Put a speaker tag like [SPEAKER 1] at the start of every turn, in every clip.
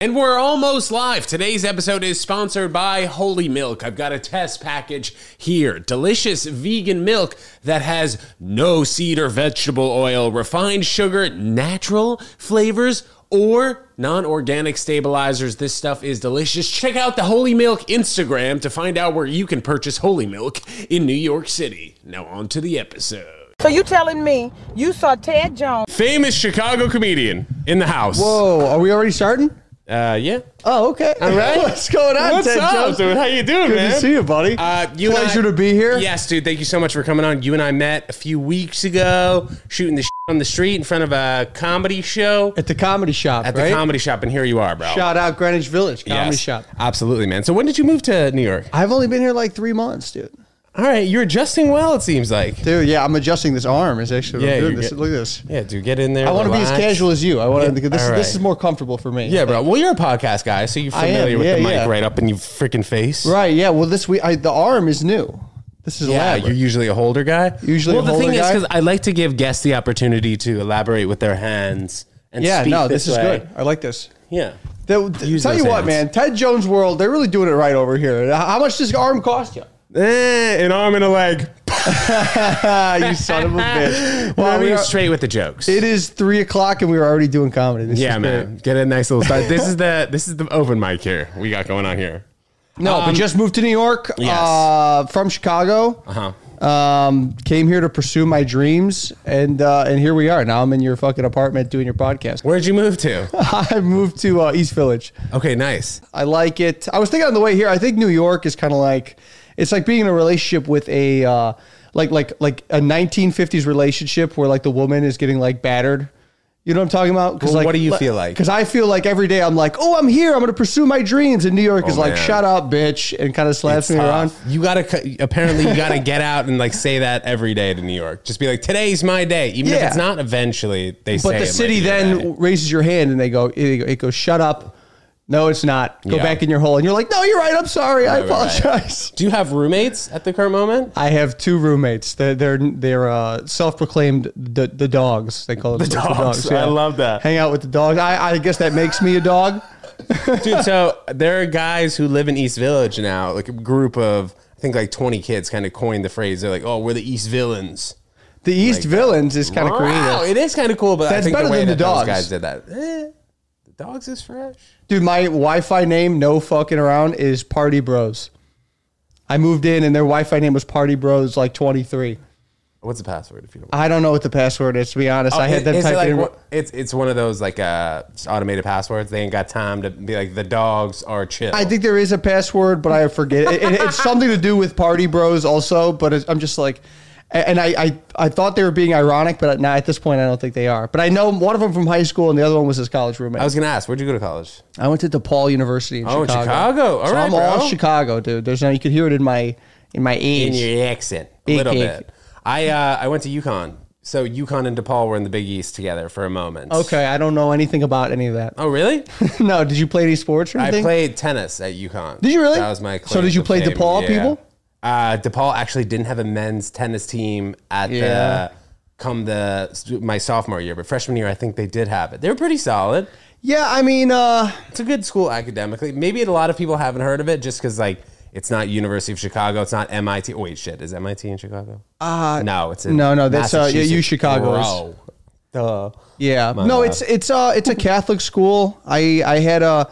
[SPEAKER 1] And we're almost live. Today's episode is sponsored by Holy Milk. I've got a test package here. Delicious vegan milk that has no seed or vegetable oil, refined sugar, natural flavors, or non organic stabilizers. This stuff is delicious. Check out the Holy Milk Instagram to find out where you can purchase Holy Milk in New York City. Now, on to the episode.
[SPEAKER 2] So you telling me you saw Ted Jones?
[SPEAKER 1] Famous Chicago comedian in the house.
[SPEAKER 3] Whoa, are we already starting?
[SPEAKER 1] Uh, yeah.
[SPEAKER 3] Oh, okay. All
[SPEAKER 1] right.
[SPEAKER 3] What's going on,
[SPEAKER 1] What's
[SPEAKER 3] Ted
[SPEAKER 1] up,
[SPEAKER 3] Jones?
[SPEAKER 1] dude? How you doing,
[SPEAKER 3] Good
[SPEAKER 1] man?
[SPEAKER 3] to see you, buddy.
[SPEAKER 1] Uh, you and
[SPEAKER 3] Pleasure
[SPEAKER 1] I-
[SPEAKER 3] to be here.
[SPEAKER 1] Yes, dude. Thank you so much for coming on. You and I met a few weeks ago, shooting the shit on the street in front of a comedy show
[SPEAKER 3] At the comedy shop,
[SPEAKER 1] at the
[SPEAKER 3] right?
[SPEAKER 1] comedy shop, and here you are, bro.
[SPEAKER 3] Shout out Greenwich Village Comedy
[SPEAKER 1] Yes.
[SPEAKER 3] Shop.
[SPEAKER 1] Absolutely, man. So when did you move to New York?
[SPEAKER 3] I've only been here like three months, dude.
[SPEAKER 1] All right, you're adjusting well. It seems like.
[SPEAKER 3] Dude, yeah, I'm adjusting this arm. Is actually what
[SPEAKER 1] Yeah,
[SPEAKER 3] I'm doing
[SPEAKER 1] you're
[SPEAKER 3] this.
[SPEAKER 1] good.
[SPEAKER 3] Look at this.
[SPEAKER 1] Yeah, dude. Get in there.
[SPEAKER 3] I want to be as
[SPEAKER 1] relax.
[SPEAKER 3] casual as you. I want to.
[SPEAKER 1] Yeah,
[SPEAKER 3] This,
[SPEAKER 1] all right.
[SPEAKER 3] this is more comfortable for me.
[SPEAKER 1] Yeah, bro. Well, you're a podcast guy, so you're
[SPEAKER 3] I am,
[SPEAKER 1] familiar with the
[SPEAKER 3] yeah,
[SPEAKER 1] mic
[SPEAKER 3] yeah.
[SPEAKER 1] right up in your freaking face.
[SPEAKER 3] Right. Yeah. Well, this we I, the arm is new. This is
[SPEAKER 1] Yeah,
[SPEAKER 3] elaborate.
[SPEAKER 1] you're usually a holder guy.
[SPEAKER 3] Usually
[SPEAKER 1] well,
[SPEAKER 3] a
[SPEAKER 1] the
[SPEAKER 3] holder
[SPEAKER 1] thing is,
[SPEAKER 3] guy.
[SPEAKER 1] because I like to give guests the opportunity to elaborate with their hands. And
[SPEAKER 3] yeah.
[SPEAKER 1] speak
[SPEAKER 3] No, this, is
[SPEAKER 1] way.
[SPEAKER 3] good. I like this.
[SPEAKER 1] Yeah.
[SPEAKER 3] They'll-
[SPEAKER 1] Use
[SPEAKER 3] tell you
[SPEAKER 1] those
[SPEAKER 3] what,
[SPEAKER 1] hands.
[SPEAKER 3] man. Ted Jones World. They're really doing it right over here. How how much does this arm cost you?
[SPEAKER 1] Eh, an arm and a leg.
[SPEAKER 3] you son of a bitch.
[SPEAKER 1] Well, I
[SPEAKER 3] we
[SPEAKER 1] mean,
[SPEAKER 3] are-
[SPEAKER 1] straight with the jokes.
[SPEAKER 3] It is three o'clock and we were already doing comedy. This
[SPEAKER 1] yeah,
[SPEAKER 3] is
[SPEAKER 1] man. Get a nice little start. this is the this is the open mic here we got going on here.
[SPEAKER 3] great. No, but just moved to New York
[SPEAKER 1] Yes.
[SPEAKER 3] uh, from Chicago.
[SPEAKER 1] Uh-huh.
[SPEAKER 3] Um, came here to pursue my dreams, and uh, and here we are. Now I'm in your fucking apartment doing your podcast.
[SPEAKER 1] Where'd you move to?
[SPEAKER 3] I moved to uh, East Village.
[SPEAKER 1] Okay, nice.
[SPEAKER 3] I like it. I was thinking on the way here. I think New York is kind of like it's like being in a relationship with a uh, like like like a 1950s relationship where like the woman is getting like battered. You know what I'm talking about? Because
[SPEAKER 1] Well, what do you feel like?
[SPEAKER 3] Because I feel like every day I'm like, oh, I'm here. I'm gonna pursue my dreams. And New York is
[SPEAKER 1] Oh,
[SPEAKER 3] like,
[SPEAKER 1] man.
[SPEAKER 3] shut up, bitch, and kind of slaps
[SPEAKER 1] It's
[SPEAKER 3] me
[SPEAKER 1] tough.
[SPEAKER 3] around.
[SPEAKER 1] You gotta cu- apparently you gotta get out and like say that every day to New York. Just be like, today's my day, even if
[SPEAKER 3] Yeah.
[SPEAKER 1] it's not. Eventually, they say.
[SPEAKER 3] But
[SPEAKER 1] it
[SPEAKER 3] the
[SPEAKER 1] might
[SPEAKER 3] city
[SPEAKER 1] be your
[SPEAKER 3] then
[SPEAKER 1] day.
[SPEAKER 3] raises your hand and they go, it, it goes, shut up. No, it's not. Go
[SPEAKER 1] Yeah.
[SPEAKER 3] back in your hole. And you're like, no, you're right. I'm sorry. I
[SPEAKER 1] Right, right, right.
[SPEAKER 3] apologize.
[SPEAKER 1] Do you have roommates at the current moment?
[SPEAKER 3] I have two roommates. They're they're, they're uh, self-proclaimed the, the dogs. They call them the
[SPEAKER 1] dogs. I love that.
[SPEAKER 3] Hang out with the dogs. I, I guess that makes me a dog.
[SPEAKER 1] Dude, so there are guys who live in East Village now, like a group of I think like 20 kids kind of coined the phrase. They're like, "Oh, we're the East Villains."
[SPEAKER 3] The East Villains is kind of
[SPEAKER 1] Wow,
[SPEAKER 3] creative,
[SPEAKER 1] it is kind of cool, but I
[SPEAKER 3] That's
[SPEAKER 1] think the
[SPEAKER 3] better
[SPEAKER 1] way
[SPEAKER 3] than
[SPEAKER 1] that
[SPEAKER 3] the
[SPEAKER 1] those
[SPEAKER 3] dogs.
[SPEAKER 1] guys did that. Eh, the dogs is fresh.
[SPEAKER 3] dude. My Wi-Fi name, no fucking around, is Party Bros. I moved in and their Wi-Fi name was Party Bros, like 23.
[SPEAKER 1] What's the password if you don't?
[SPEAKER 3] I don't know what the password is. To be honest, I had them
[SPEAKER 1] Oh, Is it
[SPEAKER 3] type
[SPEAKER 1] like
[SPEAKER 3] in.
[SPEAKER 1] one- it's it's one of those like uh, automated passwords. They ain't got time to be like the dogs are chill.
[SPEAKER 3] I think there is a password, but I forget it. it. It's something to do with Party Bros, also. But it's, I'm just like, and I, I, I thought they were being ironic, but now at this point, I don't think they are. But I know one of them from high school, and the other one was his college roommate.
[SPEAKER 1] I
[SPEAKER 3] I,
[SPEAKER 1] was gonna ask, where'd you go to college?
[SPEAKER 3] went to DePaul University in
[SPEAKER 1] Oh,
[SPEAKER 3] Chicago.
[SPEAKER 1] Chicago. All
[SPEAKER 3] so
[SPEAKER 1] right,
[SPEAKER 3] I'm all
[SPEAKER 1] bro.
[SPEAKER 3] Chicago, dude. There's no, you could hear it in my in my
[SPEAKER 1] in
[SPEAKER 3] age.
[SPEAKER 1] your accent a
[SPEAKER 3] Big
[SPEAKER 1] little
[SPEAKER 3] gig.
[SPEAKER 1] bit. I uh, I went to UConn, so UConn and DePaul were in the Big East together for a moment.
[SPEAKER 3] okay, I don't know anything about any of that.
[SPEAKER 1] Oh really?
[SPEAKER 3] no, did you play any sports or
[SPEAKER 1] I
[SPEAKER 3] anything?
[SPEAKER 1] played tennis at UConn.
[SPEAKER 3] Did you really?
[SPEAKER 1] That was my.
[SPEAKER 3] So
[SPEAKER 1] claim
[SPEAKER 3] did you
[SPEAKER 1] to
[SPEAKER 3] play
[SPEAKER 1] fame,
[SPEAKER 3] DePaul people?
[SPEAKER 1] Uh, DePaul actually didn't have a men's tennis team at
[SPEAKER 3] Yeah.
[SPEAKER 1] the come the my sophomore year, but freshman year I think they did have it. They were pretty solid.
[SPEAKER 3] yeah, I mean, uh,
[SPEAKER 1] It's a good school academically. Maybe a lot of people haven't heard of it just because like it's not University of Chicago. It's not MIT. Wait, shit, is MIT in Chicago? Uh, no, it's in
[SPEAKER 3] no, no, that's, uh, yeah, U Chicago is-
[SPEAKER 1] Bro. Duh.
[SPEAKER 3] Yeah. no,
[SPEAKER 1] bad.
[SPEAKER 3] it's it's uh it's a Catholic school. I I had a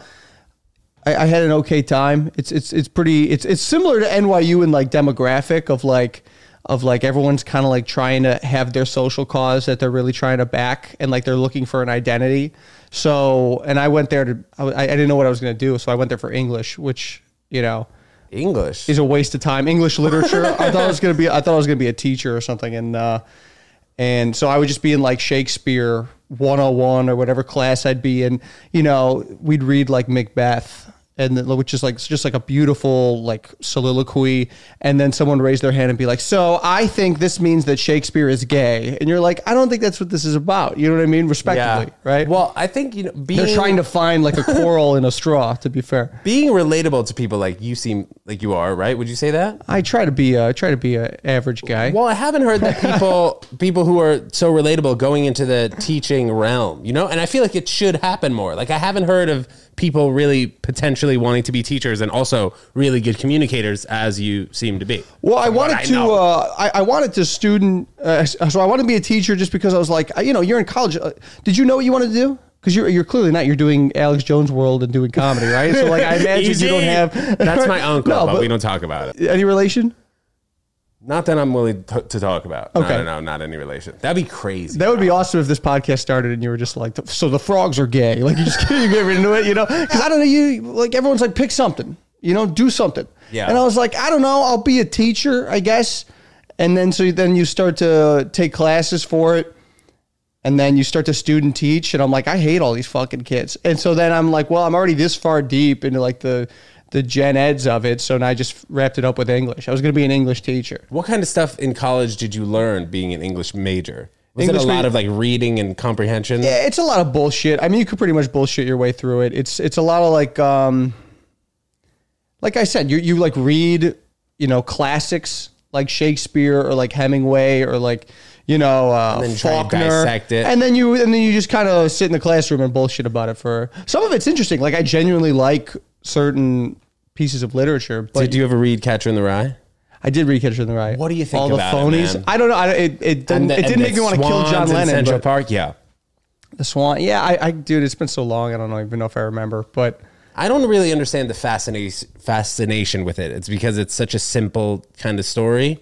[SPEAKER 3] I, I had an okay time. It's it's it's pretty it's it's similar to NYU in like demographic of like of like everyone's kind of like trying to have their social cause that they're really trying to back and like they're looking for an identity. So and I went there to I, I didn't know what I was gonna do, so I went there for English, which you know
[SPEAKER 1] English.
[SPEAKER 3] is a waste of time. English literature. I thought I was gonna be. I thought I was gonna be a teacher or something, and uh, and so I would just be in like Shakespeare 101 or whatever class I'd be in. You know, we'd read like Macbeth. And then- which is like it's just like a beautiful like soliloquy, and then someone raised their hand and be like, "So I think this means that Shakespeare is gay," and you're like, "I don't think that's what this is about." You know what I mean? Respectively, right?
[SPEAKER 1] Well, I think you know being
[SPEAKER 3] they're trying to find like a quarrel in a straw. To be fair,
[SPEAKER 1] being relatable to people like you seem like you are, right? Would you say that?
[SPEAKER 3] I try to be a, I try to be an average guy.
[SPEAKER 1] Well, I haven't heard that people people who are so relatable going into the teaching realm, you know? And I feel like it should happen more. Like I haven't heard of people really potentially wanting to be teachers and also really good communicators, as you seem to be.
[SPEAKER 3] Well, I
[SPEAKER 1] from what
[SPEAKER 3] wanted to.
[SPEAKER 1] know.
[SPEAKER 3] uh, I, I wanted to student. Uh, so I wanted to be a teacher just because I was like, you know, you're in college. Uh, did you know what you wanted to do? Because you're, you're clearly not. You're doing Alex Jones World and doing comedy, right? So like, I imagine
[SPEAKER 1] Easy.
[SPEAKER 3] you don't have.
[SPEAKER 1] That's my uncle,
[SPEAKER 3] No,
[SPEAKER 1] but,
[SPEAKER 3] but-
[SPEAKER 1] we don't talk about it.
[SPEAKER 3] any relation.
[SPEAKER 1] Not that I'm willing to, to talk about.
[SPEAKER 3] Okay.
[SPEAKER 1] No, no, no, not any relation. That'd be crazy.
[SPEAKER 3] That would be awesome if this podcast started and you were just like, so the frogs are gay. Like you just you get into it, you know? Because I don't know, you like everyone's like, pick something, you know, do something.
[SPEAKER 1] Yeah.
[SPEAKER 3] And I was like, I don't know, I'll be a teacher, I guess. And then so then you start to take classes for it. And then you start to student teach, and I'm like, I hate all these fucking kids. And so then I'm like, well, I'm already this far deep into like the the gen eds of it. So now I just wrapped it up with English. I was gonna be an English teacher.
[SPEAKER 1] What kind of stuff in college did you learn being an English major? Was it a
[SPEAKER 3] English
[SPEAKER 1] lot
[SPEAKER 3] major-
[SPEAKER 1] of like reading and comprehension?
[SPEAKER 3] Yeah, it's a lot of bullshit. I mean, you could pretty much bullshit your way through it. It's it's a lot of like um like I said, you you like read, you know, classics like Shakespeare or like Hemingway or like you know, uh,
[SPEAKER 1] then try to
[SPEAKER 3] Faulkner,
[SPEAKER 1] dissect it.
[SPEAKER 3] and then you and then you just kind of sit in the classroom and bullshit about it for some of it's interesting. Like I genuinely like certain pieces of literature, but
[SPEAKER 1] Did you ever read Catcher in the Rye?
[SPEAKER 3] I did read Catcher in the Rye.
[SPEAKER 1] What do you think
[SPEAKER 3] All
[SPEAKER 1] about it,
[SPEAKER 3] the phonies.
[SPEAKER 1] man?
[SPEAKER 3] I don't know. I, it it didn't,
[SPEAKER 1] And the-
[SPEAKER 3] it didn't
[SPEAKER 1] and
[SPEAKER 3] make me
[SPEAKER 1] the
[SPEAKER 3] want to kill
[SPEAKER 1] swans
[SPEAKER 3] John
[SPEAKER 1] in
[SPEAKER 3] Lennon.
[SPEAKER 1] Central
[SPEAKER 3] but-
[SPEAKER 1] Park, yeah.
[SPEAKER 3] the Swan. Yeah, I, I dude, it's been so long. I don't know- even know if I remember, but
[SPEAKER 1] I don't really understand the fascination fascination with it. It's because it's such a simple kind of story,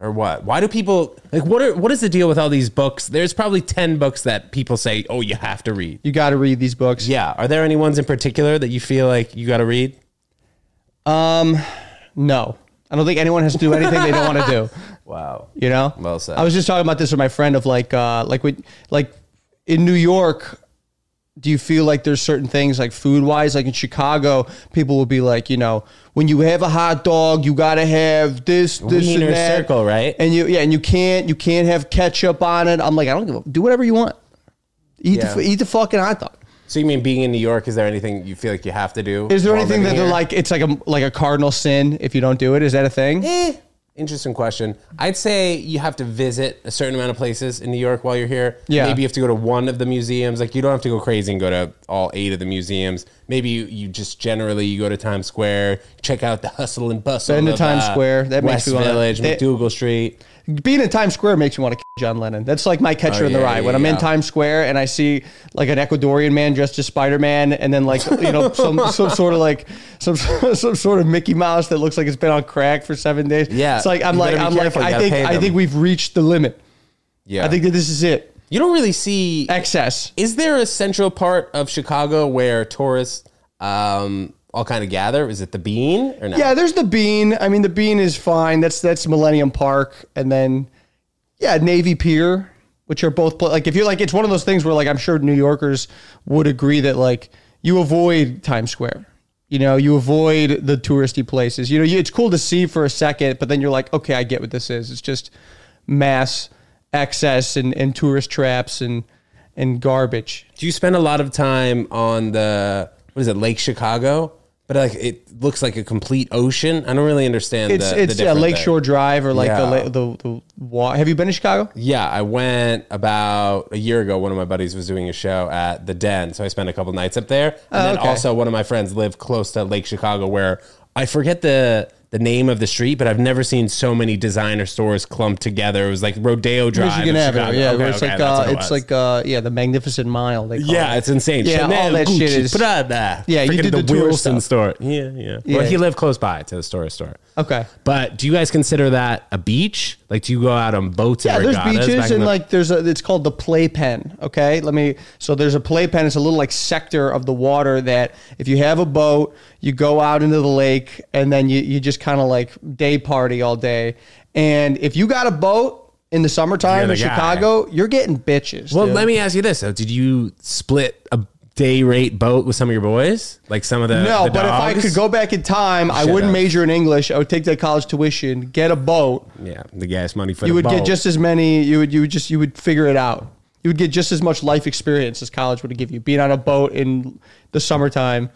[SPEAKER 1] or what? Why do people like what? Are, what is the deal with all these books? There's probably ten books that people say, "Oh, you have to read."
[SPEAKER 3] you got to read these books.
[SPEAKER 1] Yeah. Are there any ones in particular that you feel like you got to read?
[SPEAKER 3] No, I don't think anyone has to do anything they don't want to do.
[SPEAKER 1] Wow.
[SPEAKER 3] You know.
[SPEAKER 1] Well said.
[SPEAKER 3] I was just talking about this with my friend of like, uh, like we, like in New York. Do you feel like there's certain things like food wise, like in Chicago, people will be like, you know, when you have a hot dog, you gotta have this, this,
[SPEAKER 1] Wiener
[SPEAKER 3] and that.
[SPEAKER 1] circle, right?
[SPEAKER 3] And you, yeah, and you can't, you can't have ketchup on it. I'm like, I don't give a, do whatever you want. Eat,
[SPEAKER 1] Yeah.
[SPEAKER 3] the, eat the fucking hot dog.
[SPEAKER 1] So you mean being in New York? Is there anything you feel like you have to do?
[SPEAKER 3] Is there
[SPEAKER 1] while
[SPEAKER 3] anything that
[SPEAKER 1] living
[SPEAKER 3] they're
[SPEAKER 1] here?
[SPEAKER 3] like? It's like a like a cardinal sin if you don't do it. Is that a thing?
[SPEAKER 1] Eh, interesting question. I'd say you have to visit a certain amount of places in New York while you're here.
[SPEAKER 3] Yeah.
[SPEAKER 1] Maybe you have to go to one of the museums. Like you don't have to go crazy and go to all eight of the museums. Maybe you, you just generally you go to Times Square, check out the hustle and bustle.
[SPEAKER 3] Been to
[SPEAKER 1] of,
[SPEAKER 3] Times
[SPEAKER 1] uh,
[SPEAKER 3] Square. That makes
[SPEAKER 1] West
[SPEAKER 3] me wanna-
[SPEAKER 1] Village,
[SPEAKER 3] that-
[SPEAKER 1] McDougal Street.
[SPEAKER 3] Being in Times Square makes me want to kill John Lennon. That's like my catcher
[SPEAKER 1] Oh,
[SPEAKER 3] in the
[SPEAKER 1] yeah,
[SPEAKER 3] rye.
[SPEAKER 1] yeah,
[SPEAKER 3] when I'm in
[SPEAKER 1] yeah.
[SPEAKER 3] Times Square and I see like an Ecuadorian man dressed as Spider Man, and then like you know some some sort of like some some sort of Mickey Mouse that looks like it's been on crack for seven days.
[SPEAKER 1] Yeah,
[SPEAKER 3] it's like I'm
[SPEAKER 1] you
[SPEAKER 3] like
[SPEAKER 1] better be
[SPEAKER 3] I'm like
[SPEAKER 1] careful. You
[SPEAKER 3] I
[SPEAKER 1] gotta
[SPEAKER 3] think
[SPEAKER 1] pay
[SPEAKER 3] I
[SPEAKER 1] them.
[SPEAKER 3] think we've reached the limit.
[SPEAKER 1] Yeah.
[SPEAKER 3] I think that this is it.
[SPEAKER 1] you don't really see
[SPEAKER 3] Excess.
[SPEAKER 1] Is there a central part of Chicago where tourists um, all kind of gather? Is it the Bean or not?
[SPEAKER 3] Yeah, there's the bean. I mean, the bean is fine. That's that's Millennium Park, and then yeah, Navy Pier, which are both pla- like if you're like it's one of those things where like I'm sure New Yorkers would agree that like you avoid Times Square. You know, you avoid the touristy places. You know, you, it's cool to see for a second, but then you're like, okay, I get what this is. It's just mass excess and, and tourist traps and and garbage.
[SPEAKER 1] Do you spend a lot of time on the what is it Lake Chicago? But like it looks like a complete ocean. I don't really understand.
[SPEAKER 3] It's
[SPEAKER 1] the,
[SPEAKER 3] it's
[SPEAKER 1] the
[SPEAKER 3] yeah,
[SPEAKER 1] different
[SPEAKER 3] Lakeshore
[SPEAKER 1] thing.
[SPEAKER 3] Drive or like
[SPEAKER 1] Yeah.
[SPEAKER 3] the, la- the the wa- Have you been to Chicago?
[SPEAKER 1] Yeah, I went about a year ago. One of my buddies was doing a show at the Den, so I spent a couple nights up there. And then
[SPEAKER 3] Oh, okay.
[SPEAKER 1] also one of my friends lived close to Lake Chicago, where I forget the the name of the street, but I've never seen so many designer stores clumped together. It was like Rodeo Drive,
[SPEAKER 3] Michigan
[SPEAKER 1] of
[SPEAKER 3] Avenue,
[SPEAKER 1] Chicago.
[SPEAKER 3] yeah.
[SPEAKER 1] Okay,
[SPEAKER 3] where it's
[SPEAKER 1] okay,
[SPEAKER 3] like
[SPEAKER 1] that's
[SPEAKER 3] uh,
[SPEAKER 1] what it was.
[SPEAKER 3] it's like uh, yeah, the Magnificent Mile. They call
[SPEAKER 1] Yeah,
[SPEAKER 3] it.
[SPEAKER 1] it's insane.
[SPEAKER 3] Yeah, all that shit is-
[SPEAKER 1] Prada.
[SPEAKER 3] Yeah, you
[SPEAKER 1] Freaking
[SPEAKER 3] did the tourist
[SPEAKER 1] Wilson store.
[SPEAKER 3] stuff.
[SPEAKER 1] Yeah, yeah, Well,
[SPEAKER 3] Yeah.
[SPEAKER 1] he lived close by to the store. Store.
[SPEAKER 3] okay.
[SPEAKER 1] But do you guys consider that a beach? Like, do you go out on boats?
[SPEAKER 3] Yeah,
[SPEAKER 1] and
[SPEAKER 3] there's
[SPEAKER 1] regattas back
[SPEAKER 3] beaches
[SPEAKER 1] in
[SPEAKER 3] and
[SPEAKER 1] the-
[SPEAKER 3] like there's a it's called the playpen. Okay, let me. So there's a playpen. It's a little like sector of the water that if you have a boat, you go out into the lake and then you you just kind of like day party all day. And if you got a boat in the summertime
[SPEAKER 1] You're the
[SPEAKER 3] in
[SPEAKER 1] guy.
[SPEAKER 3] Chicago, you're getting bitches.
[SPEAKER 1] Well,
[SPEAKER 3] dude.
[SPEAKER 1] let me ask you this: though. Did you split a day rate boat with some of your boys? Like some of the
[SPEAKER 3] No,
[SPEAKER 1] the
[SPEAKER 3] but if I
[SPEAKER 1] dogs?
[SPEAKER 3] could go back in time, I
[SPEAKER 1] Shut
[SPEAKER 3] wouldn't
[SPEAKER 1] up.
[SPEAKER 3] major in English. I would take that college tuition, get a boat.
[SPEAKER 1] yeah, the gas money for
[SPEAKER 3] you
[SPEAKER 1] the
[SPEAKER 3] would
[SPEAKER 1] boat.
[SPEAKER 3] get just as many you would you would just you would figure it out you would get just as much life experience as college would give you being on a boat in the summertime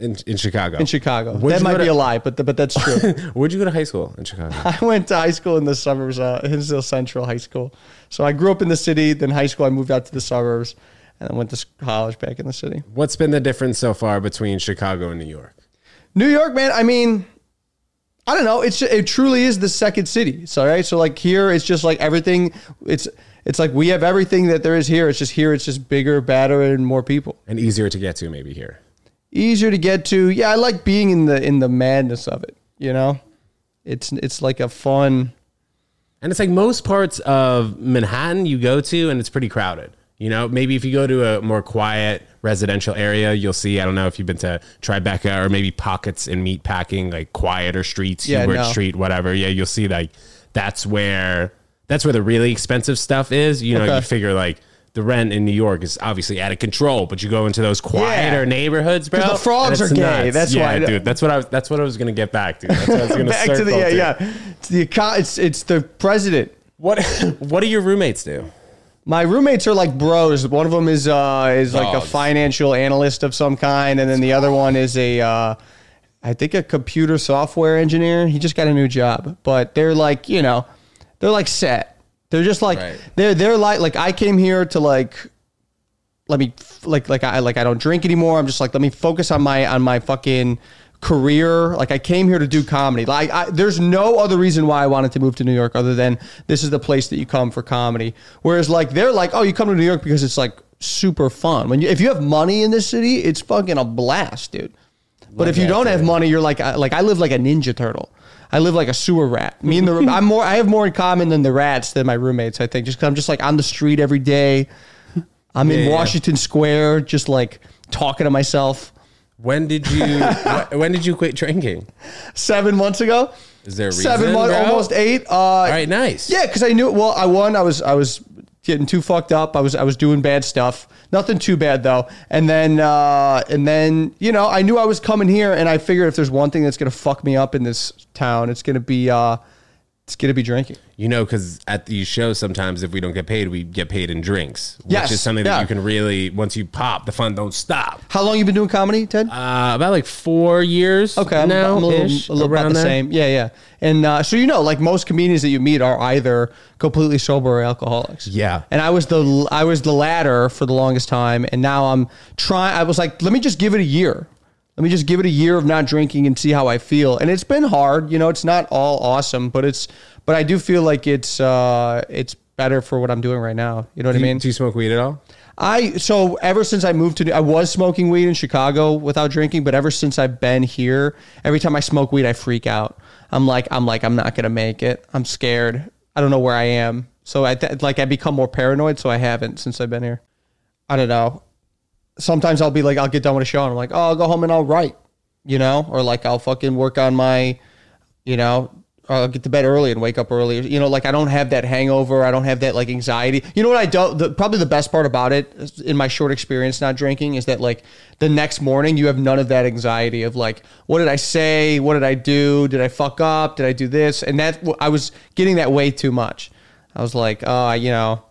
[SPEAKER 1] in, in Chicago.
[SPEAKER 3] in chicago
[SPEAKER 1] Where'd you
[SPEAKER 3] that
[SPEAKER 1] go
[SPEAKER 3] might be
[SPEAKER 1] to-
[SPEAKER 3] a lie but, the, but that's true
[SPEAKER 1] Where'd you go to high school in Chicago?
[SPEAKER 3] i went to high school in the suburbs uh, hinsdale central high school so i grew up in the city then high school i moved out to the suburbs and then went to s- college back in the city.
[SPEAKER 1] What's been the difference so far between Chicago and New York?
[SPEAKER 3] New York, man. I mean, I don't know. It's it truly is the second city. So right. So like here, it's just like everything. It's it's like we have everything that there is here. It's just here. It's just bigger, badder, and more people.
[SPEAKER 1] And easier to get to maybe here.
[SPEAKER 3] Easier to get to. Yeah, I like being in the in the madness of it. You know, it's it's like a fun.
[SPEAKER 1] And it's like most parts of Manhattan you go to and it's pretty crowded. You know, maybe if you go to a more quiet residential area, you'll see. I don't know if you've been to Tribeca or maybe pockets in meatpacking, like quieter streets,
[SPEAKER 3] Yeah,
[SPEAKER 1] Hubert
[SPEAKER 3] no.
[SPEAKER 1] Street, whatever. Yeah, you'll see like that's where that's where the really expensive stuff is. You know,
[SPEAKER 3] Okay.
[SPEAKER 1] you figure like the rent in New York is obviously out of control, but you go into those quieter neighborhoods, bro.
[SPEAKER 3] the frogs
[SPEAKER 1] and it's
[SPEAKER 3] are gay. That's
[SPEAKER 1] yeah,
[SPEAKER 3] why-
[SPEAKER 1] dude. That's what I was. That's what I was gonna get back to. That's what I was gonna
[SPEAKER 3] Back to the
[SPEAKER 1] circle
[SPEAKER 3] yeah, yeah. It's the eco- it's it's the president.
[SPEAKER 1] What What do your roommates do?
[SPEAKER 3] My roommates are like bros. One of them is uh, is like a
[SPEAKER 1] Dogs.
[SPEAKER 3] financial analyst of some kind, and then the other one is a, uh, I think a computer software engineer. He just got a new job, but they're like you know, they're like set. They're just like
[SPEAKER 1] Right.
[SPEAKER 3] they're they're like like I came here to like let me f- like like I like I don't drink anymore. I'm just like let me focus on my on my fucking career. Like I came here to do comedy. Like I, there's no other reason why I wanted to move to New York other than this is the place that you come for comedy. Whereas like they're like oh you come to New York because it's like super fun. When you, if you have money in this city, it's fucking a blast, dude. But if you
[SPEAKER 1] that,
[SPEAKER 3] don't have
[SPEAKER 1] dude.
[SPEAKER 3] money, you're like I- like I live like a ninja turtle. I live like a sewer rat. Me and the I'm more I have more in common than the rats than my roommates. I think just 'cause I'm just like on the street every day. I'm
[SPEAKER 1] Yeah,
[SPEAKER 3] in
[SPEAKER 1] yeah.
[SPEAKER 3] Washington Square, just like talking to myself.
[SPEAKER 1] When did you wh- When did you quit drinking?
[SPEAKER 3] Seven months ago,
[SPEAKER 1] Is there a reason?
[SPEAKER 3] seven months,
[SPEAKER 1] bro?
[SPEAKER 3] almost eight. Uh,
[SPEAKER 1] All right, nice.
[SPEAKER 3] Yeah, because I knew. Well, I won. I was I was getting too fucked up. I was I was doing bad stuff. Nothing too bad though. And then uh, and then you know I knew I was coming here, and I figured if there's one thing that's gonna fuck me up in this town, it's gonna be uh, it's gonna be drinking.
[SPEAKER 1] You know, because at these shows, sometimes if we don't get paid, we get paid in drinks, which
[SPEAKER 3] Yes,
[SPEAKER 1] is something that
[SPEAKER 3] yeah.
[SPEAKER 1] you can really once you pop, the fun don't stop.
[SPEAKER 3] How long you been doing comedy, Ted?
[SPEAKER 1] Uh, about like four years.
[SPEAKER 3] Okay, I'm,
[SPEAKER 1] now,
[SPEAKER 3] I'm a little,
[SPEAKER 1] ish,
[SPEAKER 3] a little about
[SPEAKER 1] around
[SPEAKER 3] the
[SPEAKER 1] there.
[SPEAKER 3] same. Yeah, yeah. And uh, so you know, like most comedians that you meet are either completely sober or alcoholics.
[SPEAKER 1] Yeah.
[SPEAKER 3] And I was the I was the latter for the longest time, and now I'm trying. I was like, let me just give it a year. Let me just give it a year of not drinking and see how I feel. And it's been hard. You know, it's not all awesome, but it's but I do feel like it's uh it's better for what I'm doing right now. You know what
[SPEAKER 1] Do
[SPEAKER 3] I mean?
[SPEAKER 1] you, do you smoke weed at all?
[SPEAKER 3] I so ever since I moved to I was smoking weed in Chicago without drinking, but ever since I've been here, every time I smoke weed, I freak out. I'm like I'm like I'm not gonna make it. I'm scared. I don't know where I am. So I th- like I become more paranoid. So I haven't since I've been here. I don't know. Sometimes I'll be like I'll get done with a show and I'm like oh I'll go home and I'll write, you know, or like I'll fucking work on my, you know. or I'll get to bed early and wake up early. You know, like I don't have that hangover. I don't have that like anxiety. You know what I don't? The, probably the best part about it is- in my short experience not drinking is that like the next morning you have none of that anxiety of like what did I say? What did I do? Did I fuck up? Did I do this? And that I was getting that way too much. I was like, uh, you know,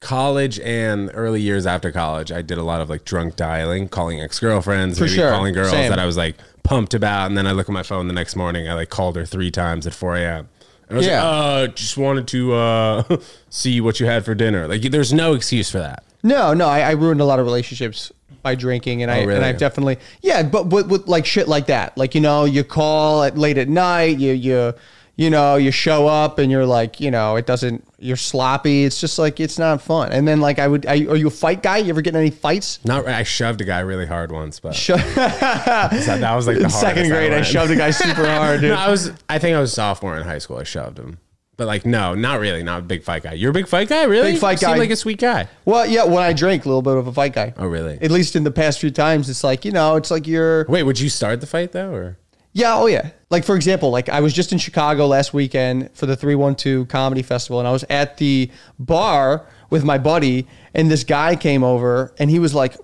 [SPEAKER 1] College and early years after college, I did a lot of like drunk dialing, calling ex girlfriends, maybe
[SPEAKER 3] sure.
[SPEAKER 1] calling girls
[SPEAKER 3] Same.
[SPEAKER 1] that I was like pumped about, and then I look at my phone the next morning. I like called her three times at four a.m. And I was
[SPEAKER 3] Yeah.
[SPEAKER 1] like, uh, just wanted to uh, see what you had for dinner. Like, there's no excuse for that.
[SPEAKER 3] No, no, I, I ruined a lot of relationships by drinking, and
[SPEAKER 1] Oh,
[SPEAKER 3] I
[SPEAKER 1] really?
[SPEAKER 3] and I've definitely yeah, but with, with like shit like that, like you know, you call at late at night, you you you know, you show up and you're like, you know, it doesn't, you're sloppy. It's just like it's not fun. And then like I would, I, are you a fight guy? You ever get in any fights?
[SPEAKER 1] Not I shoved a guy really hard once, but
[SPEAKER 3] Sho-
[SPEAKER 1] that, that was like the hardest
[SPEAKER 3] Second grade, I
[SPEAKER 1] went.
[SPEAKER 3] shoved a guy super hard, dude.
[SPEAKER 1] No, I was. I think I was sophomore in high school. I shoved him, but like no, not really. Not a big fight guy. You're a big fight guy, really?
[SPEAKER 3] Big fight
[SPEAKER 1] You seem
[SPEAKER 3] guy.
[SPEAKER 1] like a sweet guy.
[SPEAKER 3] Well, yeah, when I drink, a little bit of a fight guy.
[SPEAKER 1] Oh, really?
[SPEAKER 3] At least in the past few times, it's like you know, it's like you're
[SPEAKER 1] Wait, would you start the fight though, or
[SPEAKER 3] Yeah, oh yeah. Like for example, like I was just in Chicago last weekend for the 312 comedy festival and I was at the bar with my buddy and this guy came over and he was like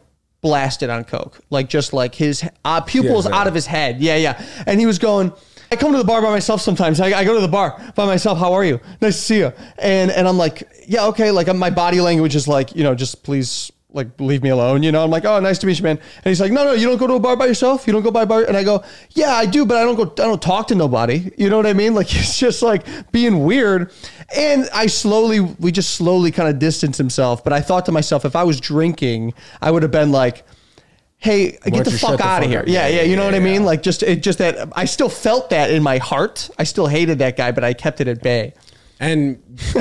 [SPEAKER 3] blasted on coke. Like just like his uh, pupils
[SPEAKER 1] Yeah, right.
[SPEAKER 3] out of his head. Yeah, yeah. And he was going I come to the bar by myself sometimes. I, I go to the bar by myself. How are you? Nice to see you. And and I'm like, yeah, okay. Like my body language is like, you know, just please like leave me alone. You know, I'm like, oh, nice to meet you, man. And he's like, no, no, you don't go to a bar by yourself. You don't go by bar. And I go, yeah, I do, but I don't go. I don't talk to nobody. You know what I mean? Like it's just like being weird. And I slowly, we just slowly kind of distanced himself. But I thought to myself, if I was drinking, I would have been like. Hey, get
[SPEAKER 1] don't
[SPEAKER 3] the
[SPEAKER 1] you shut
[SPEAKER 3] fuck
[SPEAKER 1] the
[SPEAKER 3] out
[SPEAKER 1] fuck
[SPEAKER 3] of here!
[SPEAKER 1] up?
[SPEAKER 3] Yeah,
[SPEAKER 1] Yeah,
[SPEAKER 3] yeah, you know
[SPEAKER 1] yeah,
[SPEAKER 3] what I mean.
[SPEAKER 1] yeah.
[SPEAKER 3] Like, just it, just that. I still felt that in my heart. I still hated that guy, but I kept it at bay.
[SPEAKER 1] And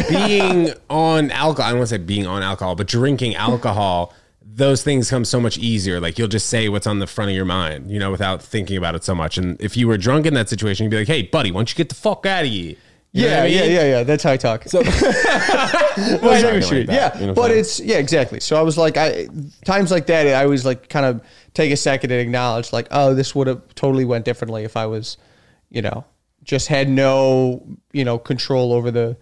[SPEAKER 1] being on alcohol, I don't want to say being on alcohol, but drinking alcohol, those things come so much easier. Like you'll just say what's on the front of your mind, you know, without thinking about it so much. And if you were drunk in that situation, you'd be like, hey, buddy, why don't you get the fuck out of here? You know
[SPEAKER 3] Yeah,
[SPEAKER 1] what I mean?
[SPEAKER 3] yeah, yeah, yeah. That's how I talk. So,
[SPEAKER 1] Well, something like that,
[SPEAKER 3] yeah,
[SPEAKER 1] you know what I'm
[SPEAKER 3] but
[SPEAKER 1] saying?
[SPEAKER 3] it's yeah, exactly. So I was like, I times like that, I was like, kind of take a second and acknowledge, like, oh, this would have totally went differently if I was, you know, just had no, you know, control over the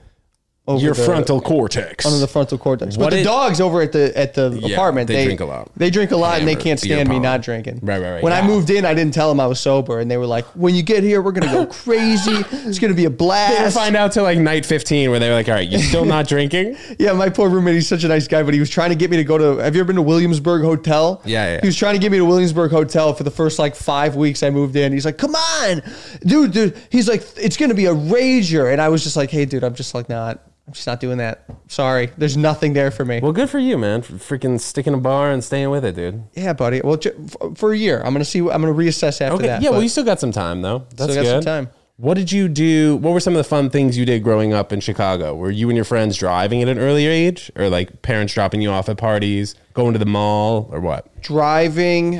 [SPEAKER 3] over
[SPEAKER 1] your
[SPEAKER 3] the-
[SPEAKER 1] frontal cortex.
[SPEAKER 3] under the frontal cortex.
[SPEAKER 1] What
[SPEAKER 3] but the
[SPEAKER 1] it-
[SPEAKER 3] dogs over at the at the
[SPEAKER 1] Yeah,
[SPEAKER 3] apartment,
[SPEAKER 1] they
[SPEAKER 3] they,
[SPEAKER 1] drink a lot.
[SPEAKER 3] They drink a lot, and they
[SPEAKER 1] Hammered,
[SPEAKER 3] can't
[SPEAKER 1] beer
[SPEAKER 3] stand me
[SPEAKER 1] pong.
[SPEAKER 3] not drinking.
[SPEAKER 1] Right, right, right,
[SPEAKER 3] When
[SPEAKER 1] yeah.
[SPEAKER 3] I moved in, I didn't tell them I was sober, and they were like, "When you get here, we're gonna go crazy. it's gonna be a
[SPEAKER 1] They didn't
[SPEAKER 3] blast."
[SPEAKER 1] find out till like night 15 where they were like, all right, you're still not drinking?
[SPEAKER 3] Yeah, my poor roommate, he's such a nice guy, but he was trying to get me to go to. Have you ever been to Williamsburg Hotel?
[SPEAKER 1] Yeah, yeah.
[SPEAKER 3] He was trying to get me to Williamsburg Hotel for the first like five weeks I moved in. He's like, come on, dude, dude. He's like, it's going to be a rager. And I was just like, hey, dude, I'm just like, not, I'm just not doing that. Sorry. There's nothing there for me.
[SPEAKER 1] Well, good for you, man. For freaking sticking a bar and staying with it, dude.
[SPEAKER 3] yeah, buddy. Well, ju- f- for a year, I'm going to see, I'm going to reassess after
[SPEAKER 1] Okay.
[SPEAKER 3] that.
[SPEAKER 1] yeah, well,
[SPEAKER 3] but-
[SPEAKER 1] you still got some time though. That's
[SPEAKER 3] got
[SPEAKER 1] good.
[SPEAKER 3] some time.
[SPEAKER 1] What did you do? What were some of the fun things you did growing up in Chicago? Were you and your friends driving at an earlier age, or like parents dropping you off at parties, going to the mall, or what?
[SPEAKER 3] driving.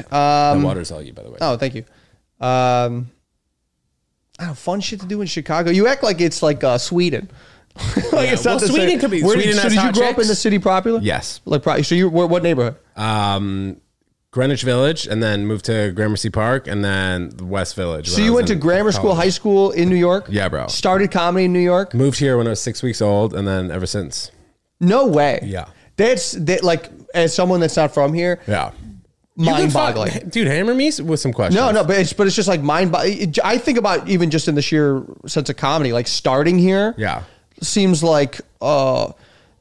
[SPEAKER 1] The
[SPEAKER 3] Um,
[SPEAKER 1] water's all you, by the way.
[SPEAKER 3] Oh, thank you. Um, I don't know, fun shit to do in Chicago. You act like it's like uh, Sweden. like
[SPEAKER 1] Yeah, well,
[SPEAKER 3] the
[SPEAKER 1] Sweden
[SPEAKER 3] same.
[SPEAKER 1] could be-
[SPEAKER 3] Where
[SPEAKER 1] Sweden
[SPEAKER 3] did, so
[SPEAKER 1] has
[SPEAKER 3] did you
[SPEAKER 1] hot
[SPEAKER 3] grow up in
[SPEAKER 1] chicks.
[SPEAKER 3] the city popular?
[SPEAKER 1] Yes.
[SPEAKER 3] Like, probably, so you what, what neighborhood?
[SPEAKER 1] Um, Greenwich Village, and then moved to Gramercy Park, and then West Village.
[SPEAKER 3] So you went to grammar school, high school in New York.
[SPEAKER 1] Yeah, bro.
[SPEAKER 3] Started comedy in New York.
[SPEAKER 1] Moved here when I was six weeks old, and then ever since.
[SPEAKER 3] No way.
[SPEAKER 1] Yeah.
[SPEAKER 3] That's that. Like, as someone that's not from here,
[SPEAKER 1] Yeah.
[SPEAKER 3] mind-boggling.
[SPEAKER 1] dude. Hammer me with some questions.
[SPEAKER 3] No, no, but it's but it's just like mind. bo- I think about even just in the sheer sense of comedy, like starting here.
[SPEAKER 1] Yeah.
[SPEAKER 3] seems like uh,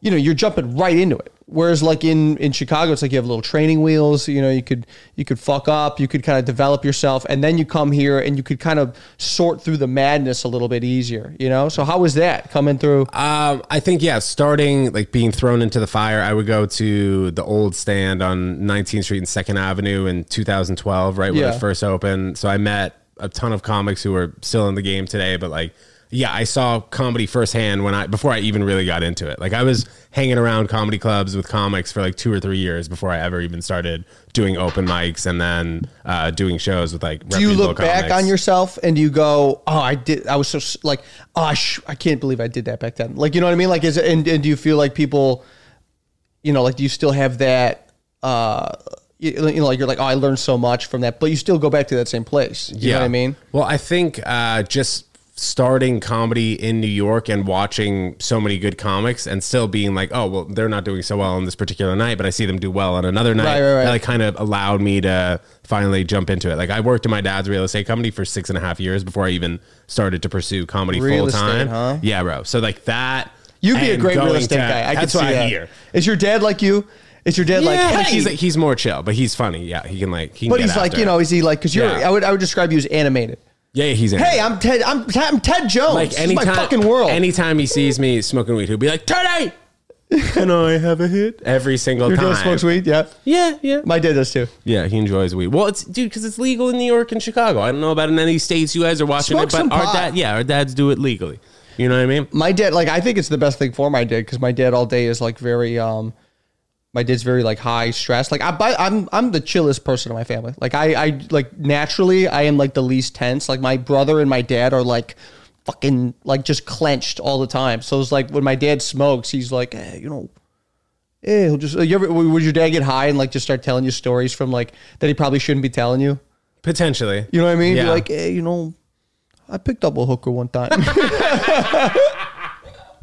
[SPEAKER 3] you know, you're jumping right into it. Whereas like in in Chicago, it's like you have little training wheels. You know, you could you could fuck up, you could kind of develop yourself, and then you come here and you could kind of sort through the madness a little bit easier. You know, so how was that coming through?
[SPEAKER 1] Um, I think yeah, starting like being thrown into the fire, I would go to the old stand on 19th Street and Second Avenue in 2012, right when
[SPEAKER 3] Yeah.
[SPEAKER 1] it first opened. So I met a ton of comics who are still in the game today, but like. Yeah, I saw comedy firsthand when I before I even really got into it. Like I was hanging around comedy clubs with comics for like two or three years before I ever even started doing open mics and then uh, doing shows with like.
[SPEAKER 3] do you look back on yourself and do you go, "Oh, I did. I was so s- like, oh, sh- I can't believe I did that back then." Like, you know what I mean? Like, is it, and, and do you feel like people, you know, like, do you still have that? uh you, you know, like you're like, oh, I learned so much from that, but you still go back to that same place. You know what I mean?
[SPEAKER 1] Well, I think uh, just starting comedy in New York and watching so many good comics and still being like, oh, well, they're not doing so well on this particular night, but I see them do well on another night.
[SPEAKER 3] Right, right, right.
[SPEAKER 1] That like kind of allowed me to finally jump into it. Like I worked in my dad's real estate company for six and a half years before I even started to pursue comedy
[SPEAKER 3] Real
[SPEAKER 1] full
[SPEAKER 3] estate,
[SPEAKER 1] time.
[SPEAKER 3] huh?
[SPEAKER 1] Yeah, bro. So like that.
[SPEAKER 3] You'd be a
[SPEAKER 1] and
[SPEAKER 3] great real
[SPEAKER 1] going
[SPEAKER 3] estate
[SPEAKER 1] to-
[SPEAKER 3] guy. I can
[SPEAKER 1] that's
[SPEAKER 3] see
[SPEAKER 1] what I
[SPEAKER 3] that.
[SPEAKER 1] hear.
[SPEAKER 3] Is your dad like you? Is your dad
[SPEAKER 1] Yeah,
[SPEAKER 3] like,
[SPEAKER 1] like,
[SPEAKER 3] hey?
[SPEAKER 1] he's he's more chill, but he's funny. Yeah, he can like. He can
[SPEAKER 3] but
[SPEAKER 1] get
[SPEAKER 3] he's like,
[SPEAKER 1] after
[SPEAKER 3] you
[SPEAKER 1] it.
[SPEAKER 3] know, is he like? Because you're,
[SPEAKER 1] Yeah.
[SPEAKER 3] I would, I would describe you as animated.
[SPEAKER 1] yeah, he's. in it.
[SPEAKER 3] Hey, I'm Ted. I'm, Ted- I'm Ted Jones.
[SPEAKER 1] Like
[SPEAKER 3] This is
[SPEAKER 1] anytime,
[SPEAKER 3] my fucking world.
[SPEAKER 1] Anytime he sees me smoking weed, he'll be like, "Teddy, can I have a hit?" Every single
[SPEAKER 3] your
[SPEAKER 1] time.
[SPEAKER 3] dad smokes weed. Yeah,
[SPEAKER 1] Yeah, yeah,
[SPEAKER 3] my dad does too.
[SPEAKER 1] yeah. He enjoys weed. Well, it's dude because it's legal in New York and Chicago. I don't know about in any states you guys are watching
[SPEAKER 3] Smoke
[SPEAKER 1] it, but
[SPEAKER 3] some
[SPEAKER 1] our
[SPEAKER 3] pot.
[SPEAKER 1] dad, yeah, our dads do it legally. You know what I mean?
[SPEAKER 3] my dad like i think it's the best thing for my dad because my dad all day is like very um my dad's very like high stress like I, but i'm i'm the chillest person in my family like i i like naturally i am like the least tense like my brother and my dad are like fucking like just clenched all the time so it's like when my dad smokes he's like eh, you know eh, he'll just you ever would your dad get high and like just start telling you stories from like that he probably shouldn't be telling you
[SPEAKER 1] Potentially.
[SPEAKER 3] you know what I mean? Be
[SPEAKER 1] Yeah.
[SPEAKER 3] like, hey, you know, I picked up a hooker one time.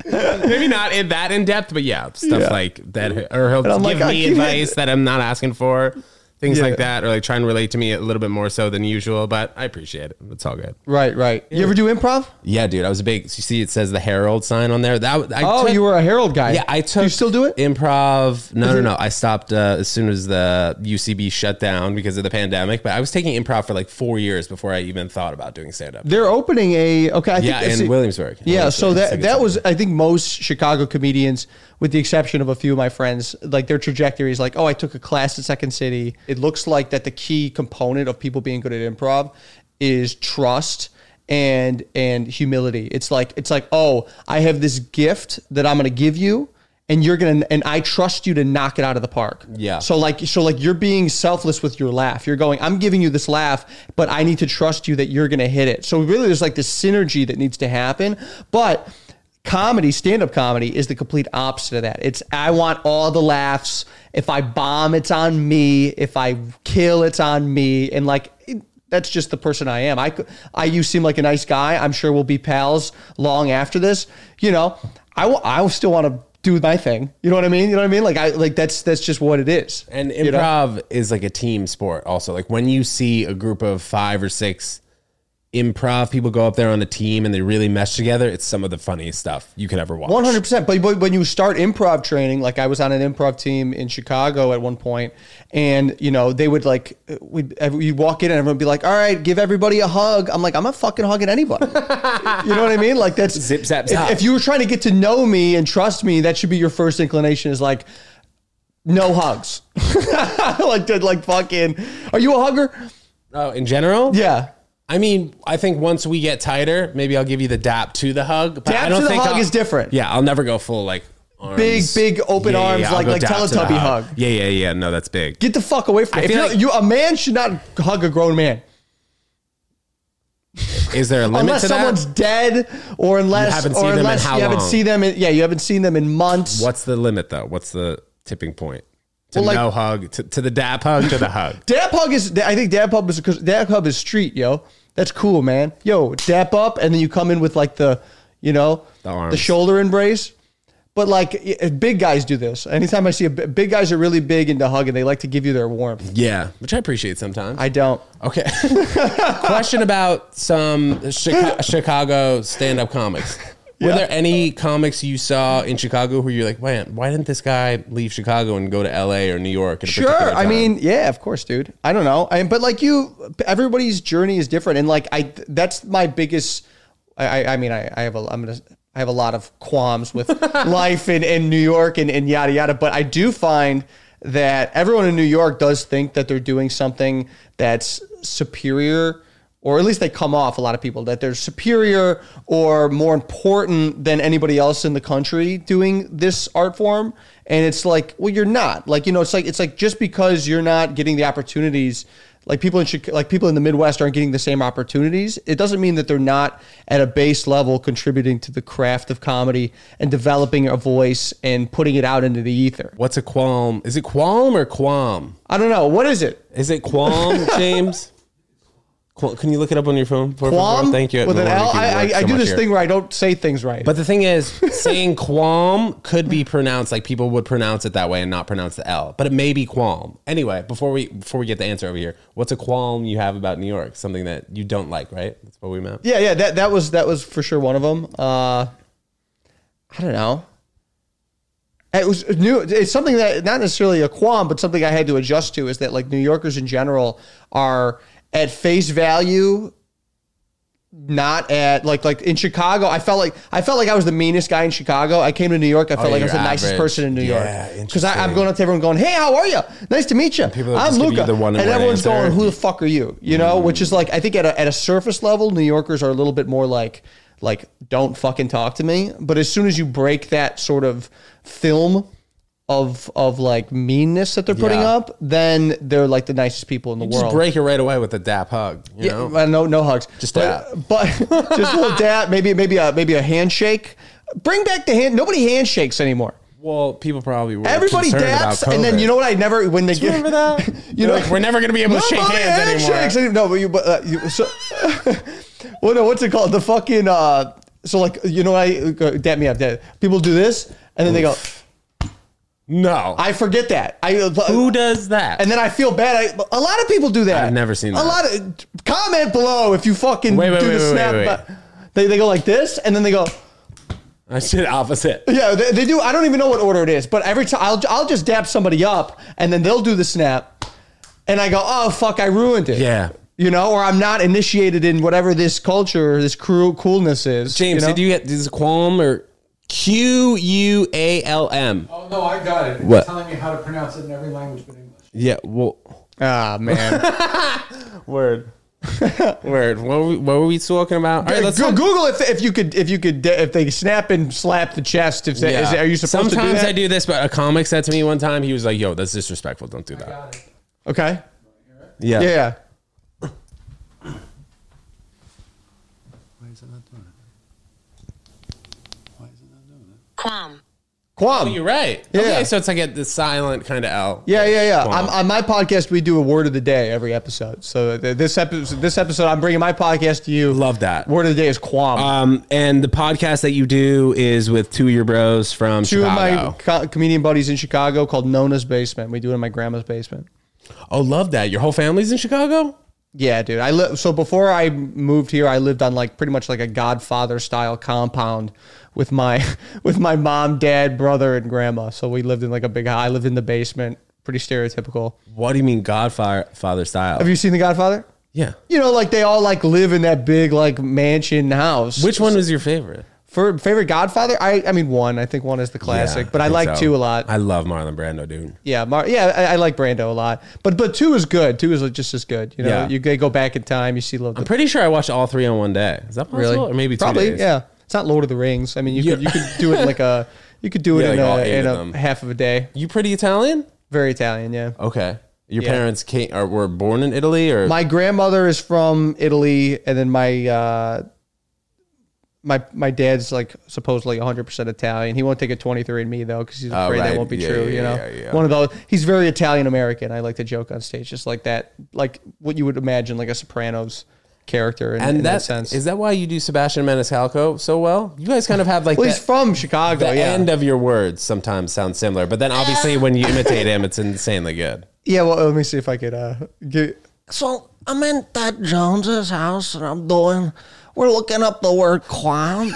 [SPEAKER 1] Maybe not in that in depth, but yeah, stuff
[SPEAKER 3] Yeah.
[SPEAKER 1] like that. Or he'll
[SPEAKER 3] And I'm
[SPEAKER 1] give
[SPEAKER 3] like, "I
[SPEAKER 1] me
[SPEAKER 3] can't-"
[SPEAKER 1] advice that I'm not asking for. things
[SPEAKER 3] Yeah.
[SPEAKER 1] like that, or like try and relate to me a little bit more so than usual. But I appreciate it. It's all good.
[SPEAKER 3] Right, right. You ever do improv?
[SPEAKER 1] Yeah, dude, I was a big. You see, it says the Herald sign on there. That I
[SPEAKER 3] Oh,
[SPEAKER 1] took-
[SPEAKER 3] you were a Herald guy.
[SPEAKER 1] Yeah, I took.
[SPEAKER 3] Do you still do it?
[SPEAKER 1] Improv? No, no, no. I stopped uh, as soon as the UCB shut down because of the pandemic. But I was taking improv for like four years before I even thought about doing stand up.
[SPEAKER 3] They're opening a okay. I think
[SPEAKER 1] Yeah,
[SPEAKER 3] that's
[SPEAKER 1] in
[SPEAKER 3] it.
[SPEAKER 1] Williamsburg.
[SPEAKER 3] Yeah,
[SPEAKER 1] Williamsburg,
[SPEAKER 3] so
[SPEAKER 1] I
[SPEAKER 3] that
[SPEAKER 1] think
[SPEAKER 3] that
[SPEAKER 1] it's-
[SPEAKER 3] was I think most Chicago comedians, with the exception of a few of my friends, like their trajectory is like, oh, I took a class at Second City. It looks like that the key component of people being good at improv is trust and and humility. It's like it's like oh, I have this gift that I'm going to give you. And you're gonna, and I trust you to knock it out of the park.
[SPEAKER 1] Yeah.
[SPEAKER 3] So like, so like, you're being selfless with your laugh. You're going, I'm giving you this laugh, but I need to trust you that you're gonna hit it. So really, there's like this synergy that needs to happen. But comedy, stand-up comedy, is the complete opposite of that. It's I want all the laughs. If I bomb, it's on me. If I kill, it's on me. And like. it- that's just the person I am. I, c- I, you seem like a nice guy. I'm sure we'll be pals long after this. You know, I, w- I still want to do my thing. You know what I mean? You know what I mean? Like I like that's that's just what it is.
[SPEAKER 1] And
[SPEAKER 3] you know?
[SPEAKER 1] improv is like a team sport also. Like when you see a group of five or six improv people go up there on a team and they really mesh together, it's some of the funniest stuff you could ever watch.
[SPEAKER 3] One hundred percent. But but when you start improv training, like I was on an improv team in Chicago at one point, and you know they would like we you walk in and everyone would be like, "All right, give everybody a hug." I'm like, I'm not fucking hugging anybody. you know what I mean? Like that's
[SPEAKER 1] Zip, zap,
[SPEAKER 3] if-
[SPEAKER 1] zap.
[SPEAKER 3] If, you were trying to get to know me and trust me, that should be your first inclination. Is like. No hugs, like to, like fucking. Are you a hugger?
[SPEAKER 1] Oh, in general?
[SPEAKER 3] Yeah.
[SPEAKER 1] I mean, I think once we get tighter, maybe I'll give you the dap to the hug. But
[SPEAKER 3] Dap
[SPEAKER 1] I don't
[SPEAKER 3] to the
[SPEAKER 1] think
[SPEAKER 3] hug
[SPEAKER 1] I'll-
[SPEAKER 3] is different.
[SPEAKER 1] Yeah, I'll never go full like arms.
[SPEAKER 3] Big, big open arms,
[SPEAKER 1] I'll
[SPEAKER 3] like-
[SPEAKER 1] go
[SPEAKER 3] like
[SPEAKER 1] dap to the
[SPEAKER 3] Teletubby hug.
[SPEAKER 1] Yeah, yeah, yeah. No, that's big.
[SPEAKER 3] Get the fuck away from
[SPEAKER 1] I
[SPEAKER 3] me. If
[SPEAKER 1] feel
[SPEAKER 3] you're,
[SPEAKER 1] like-
[SPEAKER 3] you, a man should not hug a grown man
[SPEAKER 1] Is there a limit
[SPEAKER 3] unless
[SPEAKER 1] to that?
[SPEAKER 3] someone's dead, or unless
[SPEAKER 1] haven't
[SPEAKER 3] or
[SPEAKER 1] seen them in
[SPEAKER 3] unless
[SPEAKER 1] how
[SPEAKER 3] you haven't
[SPEAKER 1] long?
[SPEAKER 3] seen them. In, yeah, you haven't seen them in months.
[SPEAKER 1] What's the limit though? What's the tipping point? To
[SPEAKER 3] Well, like-
[SPEAKER 1] no hug, to, to the dap hug, to the hug.
[SPEAKER 3] Dab hug is. I think dab hub is because dab hub is street, yo. That's cool, man. Yo, dap up, and then you come in with like the, you know,
[SPEAKER 1] The arms.
[SPEAKER 3] shoulder embrace. But like y- big guys do this. Anytime I see a b- big guys are really big into hugging, they like to give you their warmth.
[SPEAKER 1] Yeah, which I appreciate sometimes.
[SPEAKER 3] I don't.
[SPEAKER 1] Okay. Question about some Chica- Chicago stand-up comics. Were there any comics you saw in Chicago where you're like, man, why didn't this guy leave Chicago and go to L.A. or New York? At a particular
[SPEAKER 3] Sure. I
[SPEAKER 1] time?"
[SPEAKER 3] mean, yeah, of course, dude. I don't know. I but like you, everybody's journey is different, and like I, that's my biggest. I, I, I mean, I, I have a, I'm gonna, I have a lot of qualms with life in, in New York and, and yada yada. But I do find that everyone in New York does think that they're doing something that's superior. Or at least they come off a lot of people that they're superior or more important than anybody else in the country doing this art form. And it's like, well, you're not. Like, you know, it's like it's like just because you're not getting the opportunities like people in Chica- like people in the Midwest aren't getting the same opportunities. It doesn't mean that they're not at a base level contributing to the craft of comedy and developing a voice and putting it out into the ether.
[SPEAKER 1] what's a qualm? Is it qualm or qualm?
[SPEAKER 3] I don't know what is it.
[SPEAKER 1] Is it qualm, James? Qual- Can you look it up on your phone? for- for- for-
[SPEAKER 3] Qualm
[SPEAKER 1] Thank you.
[SPEAKER 3] with
[SPEAKER 1] No
[SPEAKER 3] an
[SPEAKER 1] wonder
[SPEAKER 3] L.
[SPEAKER 1] people
[SPEAKER 3] I, I,
[SPEAKER 1] work so
[SPEAKER 3] I do
[SPEAKER 1] much
[SPEAKER 3] this
[SPEAKER 1] here.
[SPEAKER 3] thing where I don't say things right.
[SPEAKER 1] But the thing is, saying qualm could be pronounced like people would pronounce it that way and not pronounce the L. But it may be qualm. Anyway, before we before we get the answer over here, what's a qualm you have about New York? Something that you don't like, right? That's what we meant.
[SPEAKER 3] yeah, yeah, that that was that was for sure one of them. Uh, I don't know. It was new. It's something that not necessarily a qualm, but something I had to adjust to is that like New Yorkers in general are at face value not at like like in Chicago. I felt like I felt like I was the meanest guy in Chicago. I came to New York. I felt
[SPEAKER 1] yeah,
[SPEAKER 3] like I was the
[SPEAKER 1] you're
[SPEAKER 3] nicest
[SPEAKER 1] Oh, average.
[SPEAKER 3] person in New
[SPEAKER 1] Yeah,
[SPEAKER 3] York because I'm
[SPEAKER 1] interesting.
[SPEAKER 3] going up to everyone going, "Hey, how are you? Nice to meet you.
[SPEAKER 1] people are
[SPEAKER 3] I'm
[SPEAKER 1] just giving
[SPEAKER 3] Luca,"
[SPEAKER 1] you the one and
[SPEAKER 3] and
[SPEAKER 1] one
[SPEAKER 3] everyone's
[SPEAKER 1] answer. Mm-hmm.
[SPEAKER 3] going, "Who the fuck are you?" You know, which is like I think at a, at a surface level, New Yorkers are a little bit more like like don't fucking talk to me. But as soon as you break that sort of film. Of, of like meanness that they're putting
[SPEAKER 1] Yeah.
[SPEAKER 3] up, then they're like the nicest people in the
[SPEAKER 1] Just
[SPEAKER 3] world.
[SPEAKER 1] break it right away with a dap hug. You know?
[SPEAKER 3] Yeah, uh, no, no hugs.
[SPEAKER 1] Just
[SPEAKER 3] but, but just a little dab. Maybe, maybe a maybe a handshake. Bring back the hand. Nobody handshakes anymore.
[SPEAKER 1] Well, people probably were
[SPEAKER 3] Everybody
[SPEAKER 1] concerned about
[SPEAKER 3] dabs, and then
[SPEAKER 1] COVID.
[SPEAKER 3] you know what? I never when they get
[SPEAKER 1] remember that?
[SPEAKER 3] you know,
[SPEAKER 1] They're like, "We're never gonna be able to shake
[SPEAKER 3] Nobody
[SPEAKER 1] hands anymore."
[SPEAKER 3] handshakes any- No, but you but uh, you so. well, no, what's it called? The fucking uh. So like you know, what I uh, dab me up. Dab. People do this, and then they go.
[SPEAKER 1] No.
[SPEAKER 3] I forget that. I uh,
[SPEAKER 1] Who does that?
[SPEAKER 3] and then I feel bad. I, a lot of people do that.
[SPEAKER 1] I've never seen that.
[SPEAKER 3] A lot of comment below if you fucking
[SPEAKER 1] Wait, wait,
[SPEAKER 3] do
[SPEAKER 1] wait,
[SPEAKER 3] the
[SPEAKER 1] wait,
[SPEAKER 3] snap.
[SPEAKER 1] wait, wait.
[SPEAKER 3] but They, they go like this, and then they go,
[SPEAKER 1] I said opposite.
[SPEAKER 3] yeah, they, they do. I don't even know what order it is, but every time I'll, I'll just dap somebody up, and then they'll do the snap, and I go, oh fuck, I ruined it.
[SPEAKER 1] Yeah.
[SPEAKER 3] you know, or I'm not initiated in whatever this culture, this cruel coolness is.
[SPEAKER 1] James,
[SPEAKER 3] you know?
[SPEAKER 1] did you get this qualm or Q U A L M?
[SPEAKER 4] Oh no, I got it. It's
[SPEAKER 1] What?
[SPEAKER 4] telling me how to pronounce it in every language but English.
[SPEAKER 1] Yeah. Well,
[SPEAKER 3] Ah man,
[SPEAKER 1] word. word. What were, we, what were we talking about? All right, let's
[SPEAKER 3] Go-
[SPEAKER 1] talk-
[SPEAKER 3] Google if, if you could if you could if they snap and slap the chest. If they,
[SPEAKER 1] Yeah.
[SPEAKER 3] is, are you supposed
[SPEAKER 1] Sometimes
[SPEAKER 3] to do that?
[SPEAKER 1] I do this, but a comic said to me one time, he was like, "Yo, that's disrespectful. Don't do
[SPEAKER 4] I
[SPEAKER 1] that."
[SPEAKER 4] got it.
[SPEAKER 3] Okay.
[SPEAKER 1] Yeah.
[SPEAKER 3] Yeah. yeah.
[SPEAKER 4] Why is it not doing it? Why is it not doing it?
[SPEAKER 5] Quam.
[SPEAKER 3] Quam.
[SPEAKER 1] Oh, You're right. Okay, so it's like a, the silent kind of L.
[SPEAKER 3] Yeah, yeah, yeah.
[SPEAKER 1] Quam.
[SPEAKER 3] On, on my podcast, we do a word of the day every episode. So th- this episode, this episode, I'm bringing my podcast to you.
[SPEAKER 1] Love that.
[SPEAKER 3] Word of the day is quam.
[SPEAKER 1] Um, and the podcast that you do is with two of your bros from
[SPEAKER 3] Two
[SPEAKER 1] Chicago.
[SPEAKER 3] of my co- comedian buddies in Chicago called Nona's Basement. We do it in my grandma's basement.
[SPEAKER 1] oh, love that. Your whole family's in Chicago.
[SPEAKER 3] Yeah, dude. I li- so before I moved here, I lived on like pretty much like a Godfather style compound with my with my mom, dad, brother, and grandma. So we lived in like a big. I lived in the basement. Pretty stereotypical.
[SPEAKER 1] What do you mean, Godfather father style?
[SPEAKER 3] Have you seen The Godfather?
[SPEAKER 1] yeah.
[SPEAKER 3] You know, like they all like live in that big like mansion house.
[SPEAKER 1] Which one was your favorite?
[SPEAKER 3] for favorite Godfather? I I mean one. I think one is the classic,
[SPEAKER 1] Yeah,
[SPEAKER 3] but I
[SPEAKER 1] think
[SPEAKER 3] like
[SPEAKER 1] so.
[SPEAKER 3] two a lot.
[SPEAKER 1] I love Marlon Brando, dude.
[SPEAKER 3] yeah, Mar- yeah, I, I like Brando a lot, but but two is good. Two is just as good. You know,
[SPEAKER 1] Yeah.
[SPEAKER 3] you they go back in time. You see, love
[SPEAKER 1] I'm pretty sure I watched all three on one day. Is that possible?
[SPEAKER 3] really,
[SPEAKER 1] Or maybe two
[SPEAKER 3] probably
[SPEAKER 1] days?
[SPEAKER 3] yeah. It's not Lord of the Rings. I mean, you could
[SPEAKER 1] Yeah.
[SPEAKER 3] you could do it in like a you could do it
[SPEAKER 1] Yeah,
[SPEAKER 3] in
[SPEAKER 1] like all
[SPEAKER 3] a,
[SPEAKER 1] eight
[SPEAKER 3] in
[SPEAKER 1] of
[SPEAKER 3] a
[SPEAKER 1] them.
[SPEAKER 3] half of a day.
[SPEAKER 1] You pretty Italian?
[SPEAKER 3] Very Italian, yeah.
[SPEAKER 1] Okay. Your
[SPEAKER 3] Yeah.
[SPEAKER 1] parents came or were born in Italy or
[SPEAKER 3] My grandmother is from Italy, and then my uh, my my dad's like supposedly 100 percent Italian. He won't take a 23 and me though because he's afraid
[SPEAKER 1] Oh, right.
[SPEAKER 3] that won't be
[SPEAKER 1] Yeah,
[SPEAKER 3] true.
[SPEAKER 1] yeah,
[SPEAKER 3] you know,
[SPEAKER 1] yeah, yeah.
[SPEAKER 3] one of those. He's very Italian American. I like to joke on stage, just like that, like what you would imagine like a Sopranos character in,
[SPEAKER 1] and
[SPEAKER 3] in
[SPEAKER 1] that,
[SPEAKER 3] that, sense.
[SPEAKER 1] is that why you do Sebastian Maniscalco so well? You guys kind of have like
[SPEAKER 3] well,
[SPEAKER 1] that-
[SPEAKER 3] he's from Chicago.
[SPEAKER 1] the
[SPEAKER 3] yeah,
[SPEAKER 1] end of your words sometimes sounds similar, but then obviously when you imitate him, it's insanely good.
[SPEAKER 3] yeah. Well, let me see if I could uh, get.
[SPEAKER 6] So I'm in Ted Jones's house and I'm doing, we're looking up the word quam.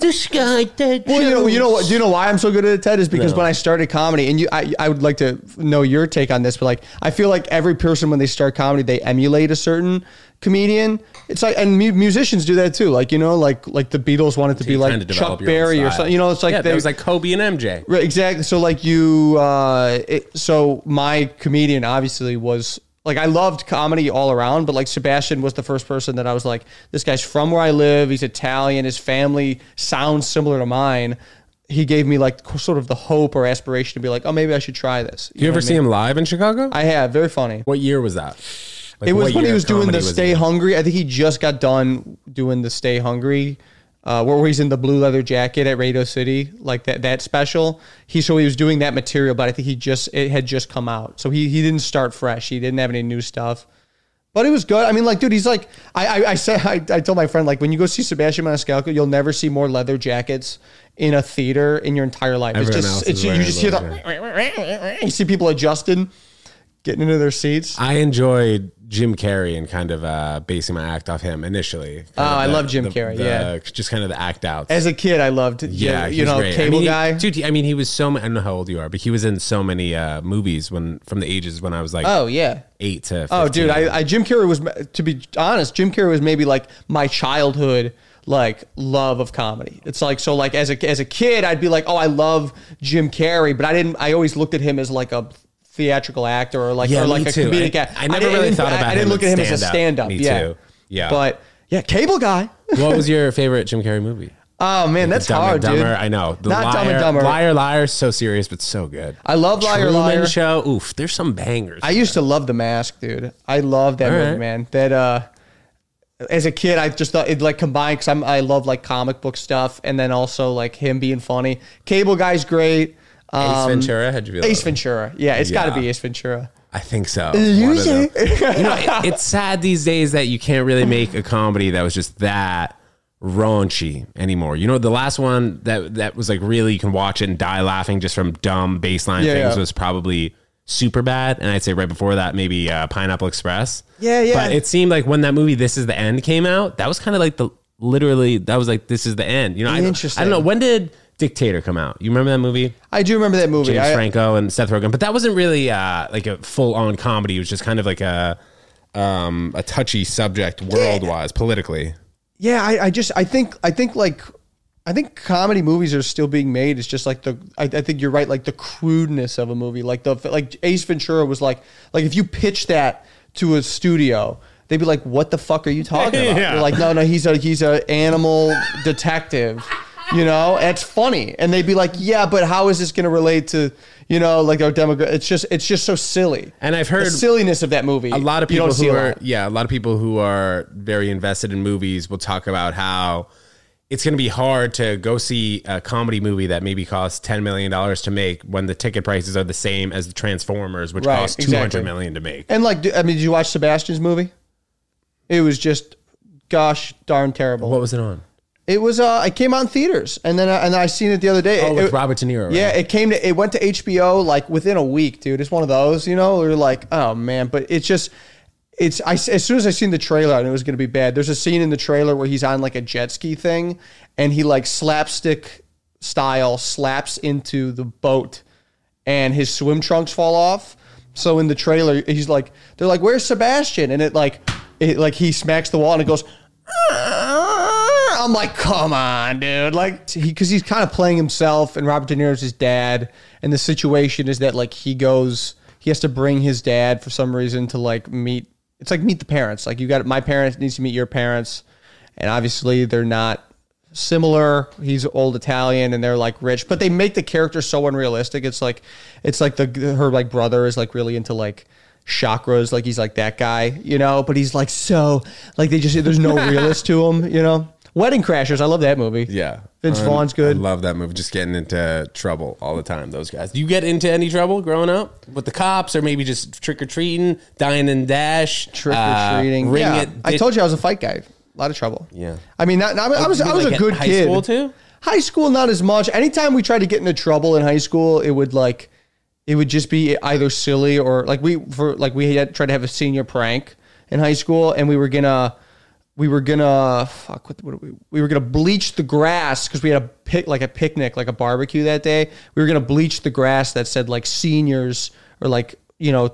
[SPEAKER 6] this guy, Ted
[SPEAKER 3] Well, you know,
[SPEAKER 6] Jones.
[SPEAKER 3] you know what? Do you know why I'm so good at it, Ted? Is because when I started comedy, and you, I, I would like to know your take on this, but like, I feel like every person when they start comedy, they emulate a certain comedian. It's like, and mu- musicians do that too. Like, you know, like like the Beatles wanted to be
[SPEAKER 1] Kinda
[SPEAKER 3] like
[SPEAKER 1] develop
[SPEAKER 3] Chuck
[SPEAKER 1] your own
[SPEAKER 3] Berry or
[SPEAKER 1] style.
[SPEAKER 3] something. You know, it's like
[SPEAKER 1] yeah,
[SPEAKER 3] they,
[SPEAKER 1] there was like Kobe and MJ.
[SPEAKER 3] Right, exactly. So like you, uh, it, so my comedian obviously was like I loved comedy all around, but like Sebastian was the first person that I was like, this guy's from where I live. He's Italian. His family sounds similar to mine. He gave me like sort of the hope or aspiration to be like, oh, maybe I should try this.
[SPEAKER 1] You,
[SPEAKER 3] know
[SPEAKER 1] ever
[SPEAKER 3] what I
[SPEAKER 1] see
[SPEAKER 3] mean?
[SPEAKER 1] him live in Chicago?
[SPEAKER 3] I have very funny.
[SPEAKER 1] what year was that? Like,
[SPEAKER 3] It was
[SPEAKER 1] what
[SPEAKER 3] when he
[SPEAKER 1] year
[SPEAKER 3] was
[SPEAKER 1] of
[SPEAKER 3] doing
[SPEAKER 1] comedy
[SPEAKER 3] the
[SPEAKER 1] was
[SPEAKER 3] Stay
[SPEAKER 1] he-
[SPEAKER 3] Hungry. I think he just got done doing the Stay Hungry, uh, where he's in the blue leather jacket at Radio City, like that that special. He so he was doing that material, but I think he just it had just come out, so he he didn't start fresh. He didn't have any new stuff. But it was good. I mean, like, dude, he's like, I, I, I said, I, I told my friend, like, when you go see Sebastian Maniscalco, you'll never see more leather jackets in a theater in your entire life.
[SPEAKER 1] Everyone
[SPEAKER 3] it's
[SPEAKER 1] else
[SPEAKER 3] just,
[SPEAKER 1] is
[SPEAKER 3] it's, you
[SPEAKER 1] wearing
[SPEAKER 3] just hear
[SPEAKER 1] leather
[SPEAKER 3] the, you see people adjusting, getting into their seats.
[SPEAKER 1] I enjoyed Jim Carrey and kind of uh, basing my act off him initially. Oh,
[SPEAKER 3] I love Jim Carrey, yeah.
[SPEAKER 1] just kind of the act out.
[SPEAKER 3] As a kid, I loved, yeah,
[SPEAKER 1] yeah,
[SPEAKER 3] you,
[SPEAKER 1] he's
[SPEAKER 3] know,
[SPEAKER 1] great. I
[SPEAKER 3] cable
[SPEAKER 1] mean, he-
[SPEAKER 3] guy.
[SPEAKER 1] dude. he- I mean, he was so. ma- I don't know how old you are, but he was in so many uh, movies when from the ages when I was like
[SPEAKER 3] oh yeah.
[SPEAKER 1] eight to. 15.
[SPEAKER 3] Oh dude, I, I Jim Carrey was to be honest, Jim Carrey was maybe like my childhood like love of comedy. It's like so like as a as a kid, I'd be like, oh, I love Jim Carrey, but I didn't. I always looked at him as like a theatrical actor or like
[SPEAKER 1] Yeah,
[SPEAKER 3] or like
[SPEAKER 1] me
[SPEAKER 3] a
[SPEAKER 1] too.
[SPEAKER 3] comedic
[SPEAKER 1] I-
[SPEAKER 3] actor.
[SPEAKER 1] I never really
[SPEAKER 3] didn't-
[SPEAKER 1] thought
[SPEAKER 3] I-
[SPEAKER 1] about
[SPEAKER 3] I didn't
[SPEAKER 1] him
[SPEAKER 3] look at
[SPEAKER 1] as
[SPEAKER 3] him as a stand
[SPEAKER 1] stand-up.
[SPEAKER 3] up.
[SPEAKER 1] Me
[SPEAKER 3] Yeah,
[SPEAKER 1] too. Yeah.
[SPEAKER 3] But yeah, cable guy.
[SPEAKER 1] what was your favorite Jim Carrey movie?
[SPEAKER 3] Oh man, that's
[SPEAKER 1] Dumb
[SPEAKER 3] hard,
[SPEAKER 1] and
[SPEAKER 3] dude.
[SPEAKER 1] Dumber. I know. The
[SPEAKER 3] Not
[SPEAKER 1] liar,
[SPEAKER 3] Dumb and Dumber.
[SPEAKER 1] Liar, liar. So serious, but so good.
[SPEAKER 3] I love Liar,
[SPEAKER 1] Truman
[SPEAKER 3] Liar.
[SPEAKER 1] Show. Oof, there's some bangers.
[SPEAKER 3] I used to love The Mask, dude. I love that
[SPEAKER 1] All
[SPEAKER 3] movie,
[SPEAKER 1] right.
[SPEAKER 3] man. That uh as a kid, I just thought it like combined because I'm I love like comic book stuff and then also like him being funny. Cable guy's great. Um,
[SPEAKER 1] Ace Ventura. How'd you feel?
[SPEAKER 3] Ace
[SPEAKER 1] about it?
[SPEAKER 3] Ventura. Yeah, it's got
[SPEAKER 1] Yeah.
[SPEAKER 3] to be Ace Ventura.
[SPEAKER 1] I think so. One of them. you know, it, it's sad these days that you can't really make a comedy that was just that raunchy anymore. You know, the last one that that was like really you can watch it and die laughing just from dumb baseline
[SPEAKER 3] Yeah,
[SPEAKER 1] things
[SPEAKER 3] yeah.
[SPEAKER 1] was probably super bad. And I'd say right before that, maybe uh, Pineapple Express.
[SPEAKER 3] Yeah, yeah.
[SPEAKER 1] But it seemed like when that movie This Is the End came out, that was kind of like the literally that was like This Is the End. You know, I, don't- I
[SPEAKER 3] Interesting.
[SPEAKER 1] don't know when did Dictator come out. You remember that movie?
[SPEAKER 3] I do remember that movie.
[SPEAKER 1] James
[SPEAKER 3] I-
[SPEAKER 1] Franco and Seth Rogen. But that wasn't really uh, like a full on comedy. It was just kind of like a um, a touchy subject world wise, politically.
[SPEAKER 3] yeah, I, I just I think I think like I think comedy movies are still being made. It's just like the I, I think you're right, like the crudeness of a movie. Like the like Ace Ventura was like like if you pitch that to a studio. They'd be like, "What the fuck are you talking about?"
[SPEAKER 1] Yeah.
[SPEAKER 3] You're like, "No, no, he's a he's a animal detective, you know. It's funny." And they'd be like, "Yeah, but how is this going to relate to, you know, like our demographic? It's just it's just so silly."
[SPEAKER 1] And I've heard
[SPEAKER 3] the silliness of that movie.
[SPEAKER 1] a lot of
[SPEAKER 3] you
[SPEAKER 1] people
[SPEAKER 3] don't see
[SPEAKER 1] who
[SPEAKER 3] a
[SPEAKER 1] are
[SPEAKER 3] lot.
[SPEAKER 1] yeah a lot of people who are very invested in movies will talk about how it's going to be hard to go see a comedy movie that maybe costs $10 million to make when the ticket prices are the same as the transformers which
[SPEAKER 3] Right,
[SPEAKER 1] costs two
[SPEAKER 3] exactly.
[SPEAKER 1] hundred million to make
[SPEAKER 3] And like, do- I mean, did you watch Sebastian's movie? It was just, gosh darn terrible.
[SPEAKER 1] what was it on
[SPEAKER 3] it was. Uh, it came out in theaters, and then I, and I seen it the other day.
[SPEAKER 1] oh
[SPEAKER 3] It-
[SPEAKER 1] with
[SPEAKER 3] it-
[SPEAKER 1] robert de niro right?
[SPEAKER 3] Yeah, it came to. It went to HBO like within a week, dude. It's one of those, you know. Where you're like, oh man, but it's just. It's I, as soon as I seen the trailer, I knew it was gonna be bad. There's a scene in the trailer where he's on like a jet ski thing, and he like slapstick style slaps into the boat, and his swim trunks fall off. So in the trailer, he's like, they're like, "Where's Sebastian?" And it like, it like he smacks the wall and it goes. I'm like, come on, dude. Like, because he's kind of playing himself, and Robert De Niro's his dad, and the situation is that like he goes, he has to bring his dad for some reason to like meet. It's like meet the parents. Like you got my parents needs to meet your parents, and obviously they're not similar. He's old Italian, and they're like rich, but they make the character so unrealistic. It's like, it's like the her like brother is like really into like chakras, like he's like that guy, you know. But he's like so like they just there's no realist to him, you know. Wedding Crashers, I love that movie.
[SPEAKER 1] yeah
[SPEAKER 3] Vince
[SPEAKER 1] I-
[SPEAKER 3] Vaughn's good.
[SPEAKER 1] i love that movie just getting into trouble all the time those guys do you get into any trouble growing up with the cops or maybe just trick-or-treating dine and dash
[SPEAKER 3] Trick or treating.
[SPEAKER 1] uh, ring
[SPEAKER 3] yeah,
[SPEAKER 1] it
[SPEAKER 3] I
[SPEAKER 1] ditch-
[SPEAKER 3] told you I was a fight guy. A lot of trouble.
[SPEAKER 1] Yeah. Oh,
[SPEAKER 3] I mean, not, not- I was
[SPEAKER 1] you
[SPEAKER 3] I
[SPEAKER 1] mean
[SPEAKER 3] was
[SPEAKER 1] like
[SPEAKER 3] a
[SPEAKER 1] at
[SPEAKER 3] good
[SPEAKER 1] high
[SPEAKER 3] kid.
[SPEAKER 1] school too?
[SPEAKER 3] High school, not as much. Anytime we tried to get into trouble in high school, it would like, it would just be either silly or like we for like we had tried to have a senior prank in high school, and we were gonna. We were gonna fuck. What, what, we, we were gonna bleach the grass because we had a pic, like a picnic, like a barbecue that day. We were gonna bleach the grass that said like seniors or like you know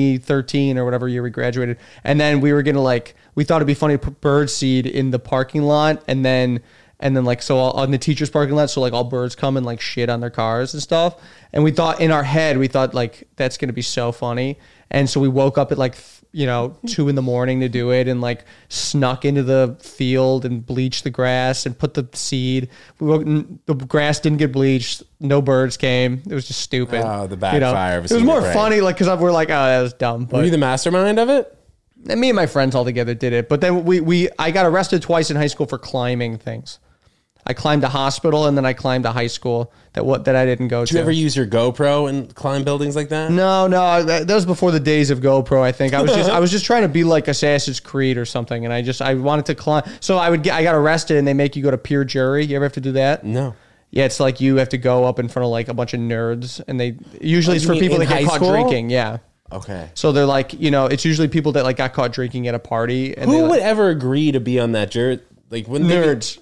[SPEAKER 3] 2013 or whatever year we graduated, and then we were gonna like we thought it'd be funny to put bird seed in the parking lot, and then and then like so all, on the teachers parking lot so like all birds come and like shit on their cars and stuff and we thought in our head we thought like that's gonna be so funny and so we woke up at like th- you know two in the morning to do it and like snuck into the field and bleached the grass and put the seed we woke, n- the grass didn't get bleached no birds came it was just stupid
[SPEAKER 1] Oh, the
[SPEAKER 3] you know?
[SPEAKER 1] backfire of a
[SPEAKER 3] it was
[SPEAKER 1] senior
[SPEAKER 3] more
[SPEAKER 1] prank.
[SPEAKER 3] funny like because we're like oh that was dumb
[SPEAKER 1] Were
[SPEAKER 3] but
[SPEAKER 1] you the mastermind of it?
[SPEAKER 3] and me and my friends all together did it. But then we, we I got arrested twice in high school for climbing things. I climbed a hospital and then I climbed a high school that what that I didn't go
[SPEAKER 1] Do
[SPEAKER 3] to.
[SPEAKER 1] you ever use your GoPro and climb buildings like that?
[SPEAKER 3] no, no, that, that was before the days of GoPro. I think I was just I was just trying to be like Assassin's Creed or something, and I just I wanted to climb. So I would get I got arrested and they make you go to peer jury. You ever have to do that?
[SPEAKER 1] No.
[SPEAKER 3] Yeah, it's like you have to go up in front of like a bunch of nerds, and they usually it's
[SPEAKER 1] Oh, you
[SPEAKER 3] for
[SPEAKER 1] mean
[SPEAKER 3] people
[SPEAKER 1] in
[SPEAKER 3] that get
[SPEAKER 1] high
[SPEAKER 3] caught
[SPEAKER 1] school?
[SPEAKER 3] drinking. Yeah.
[SPEAKER 1] Okay.
[SPEAKER 3] So they're like, you know, it's usually people that like got caught drinking at a party. And they,
[SPEAKER 1] Who
[SPEAKER 3] like-
[SPEAKER 1] would ever agree to be on that jer Like when
[SPEAKER 3] nerds,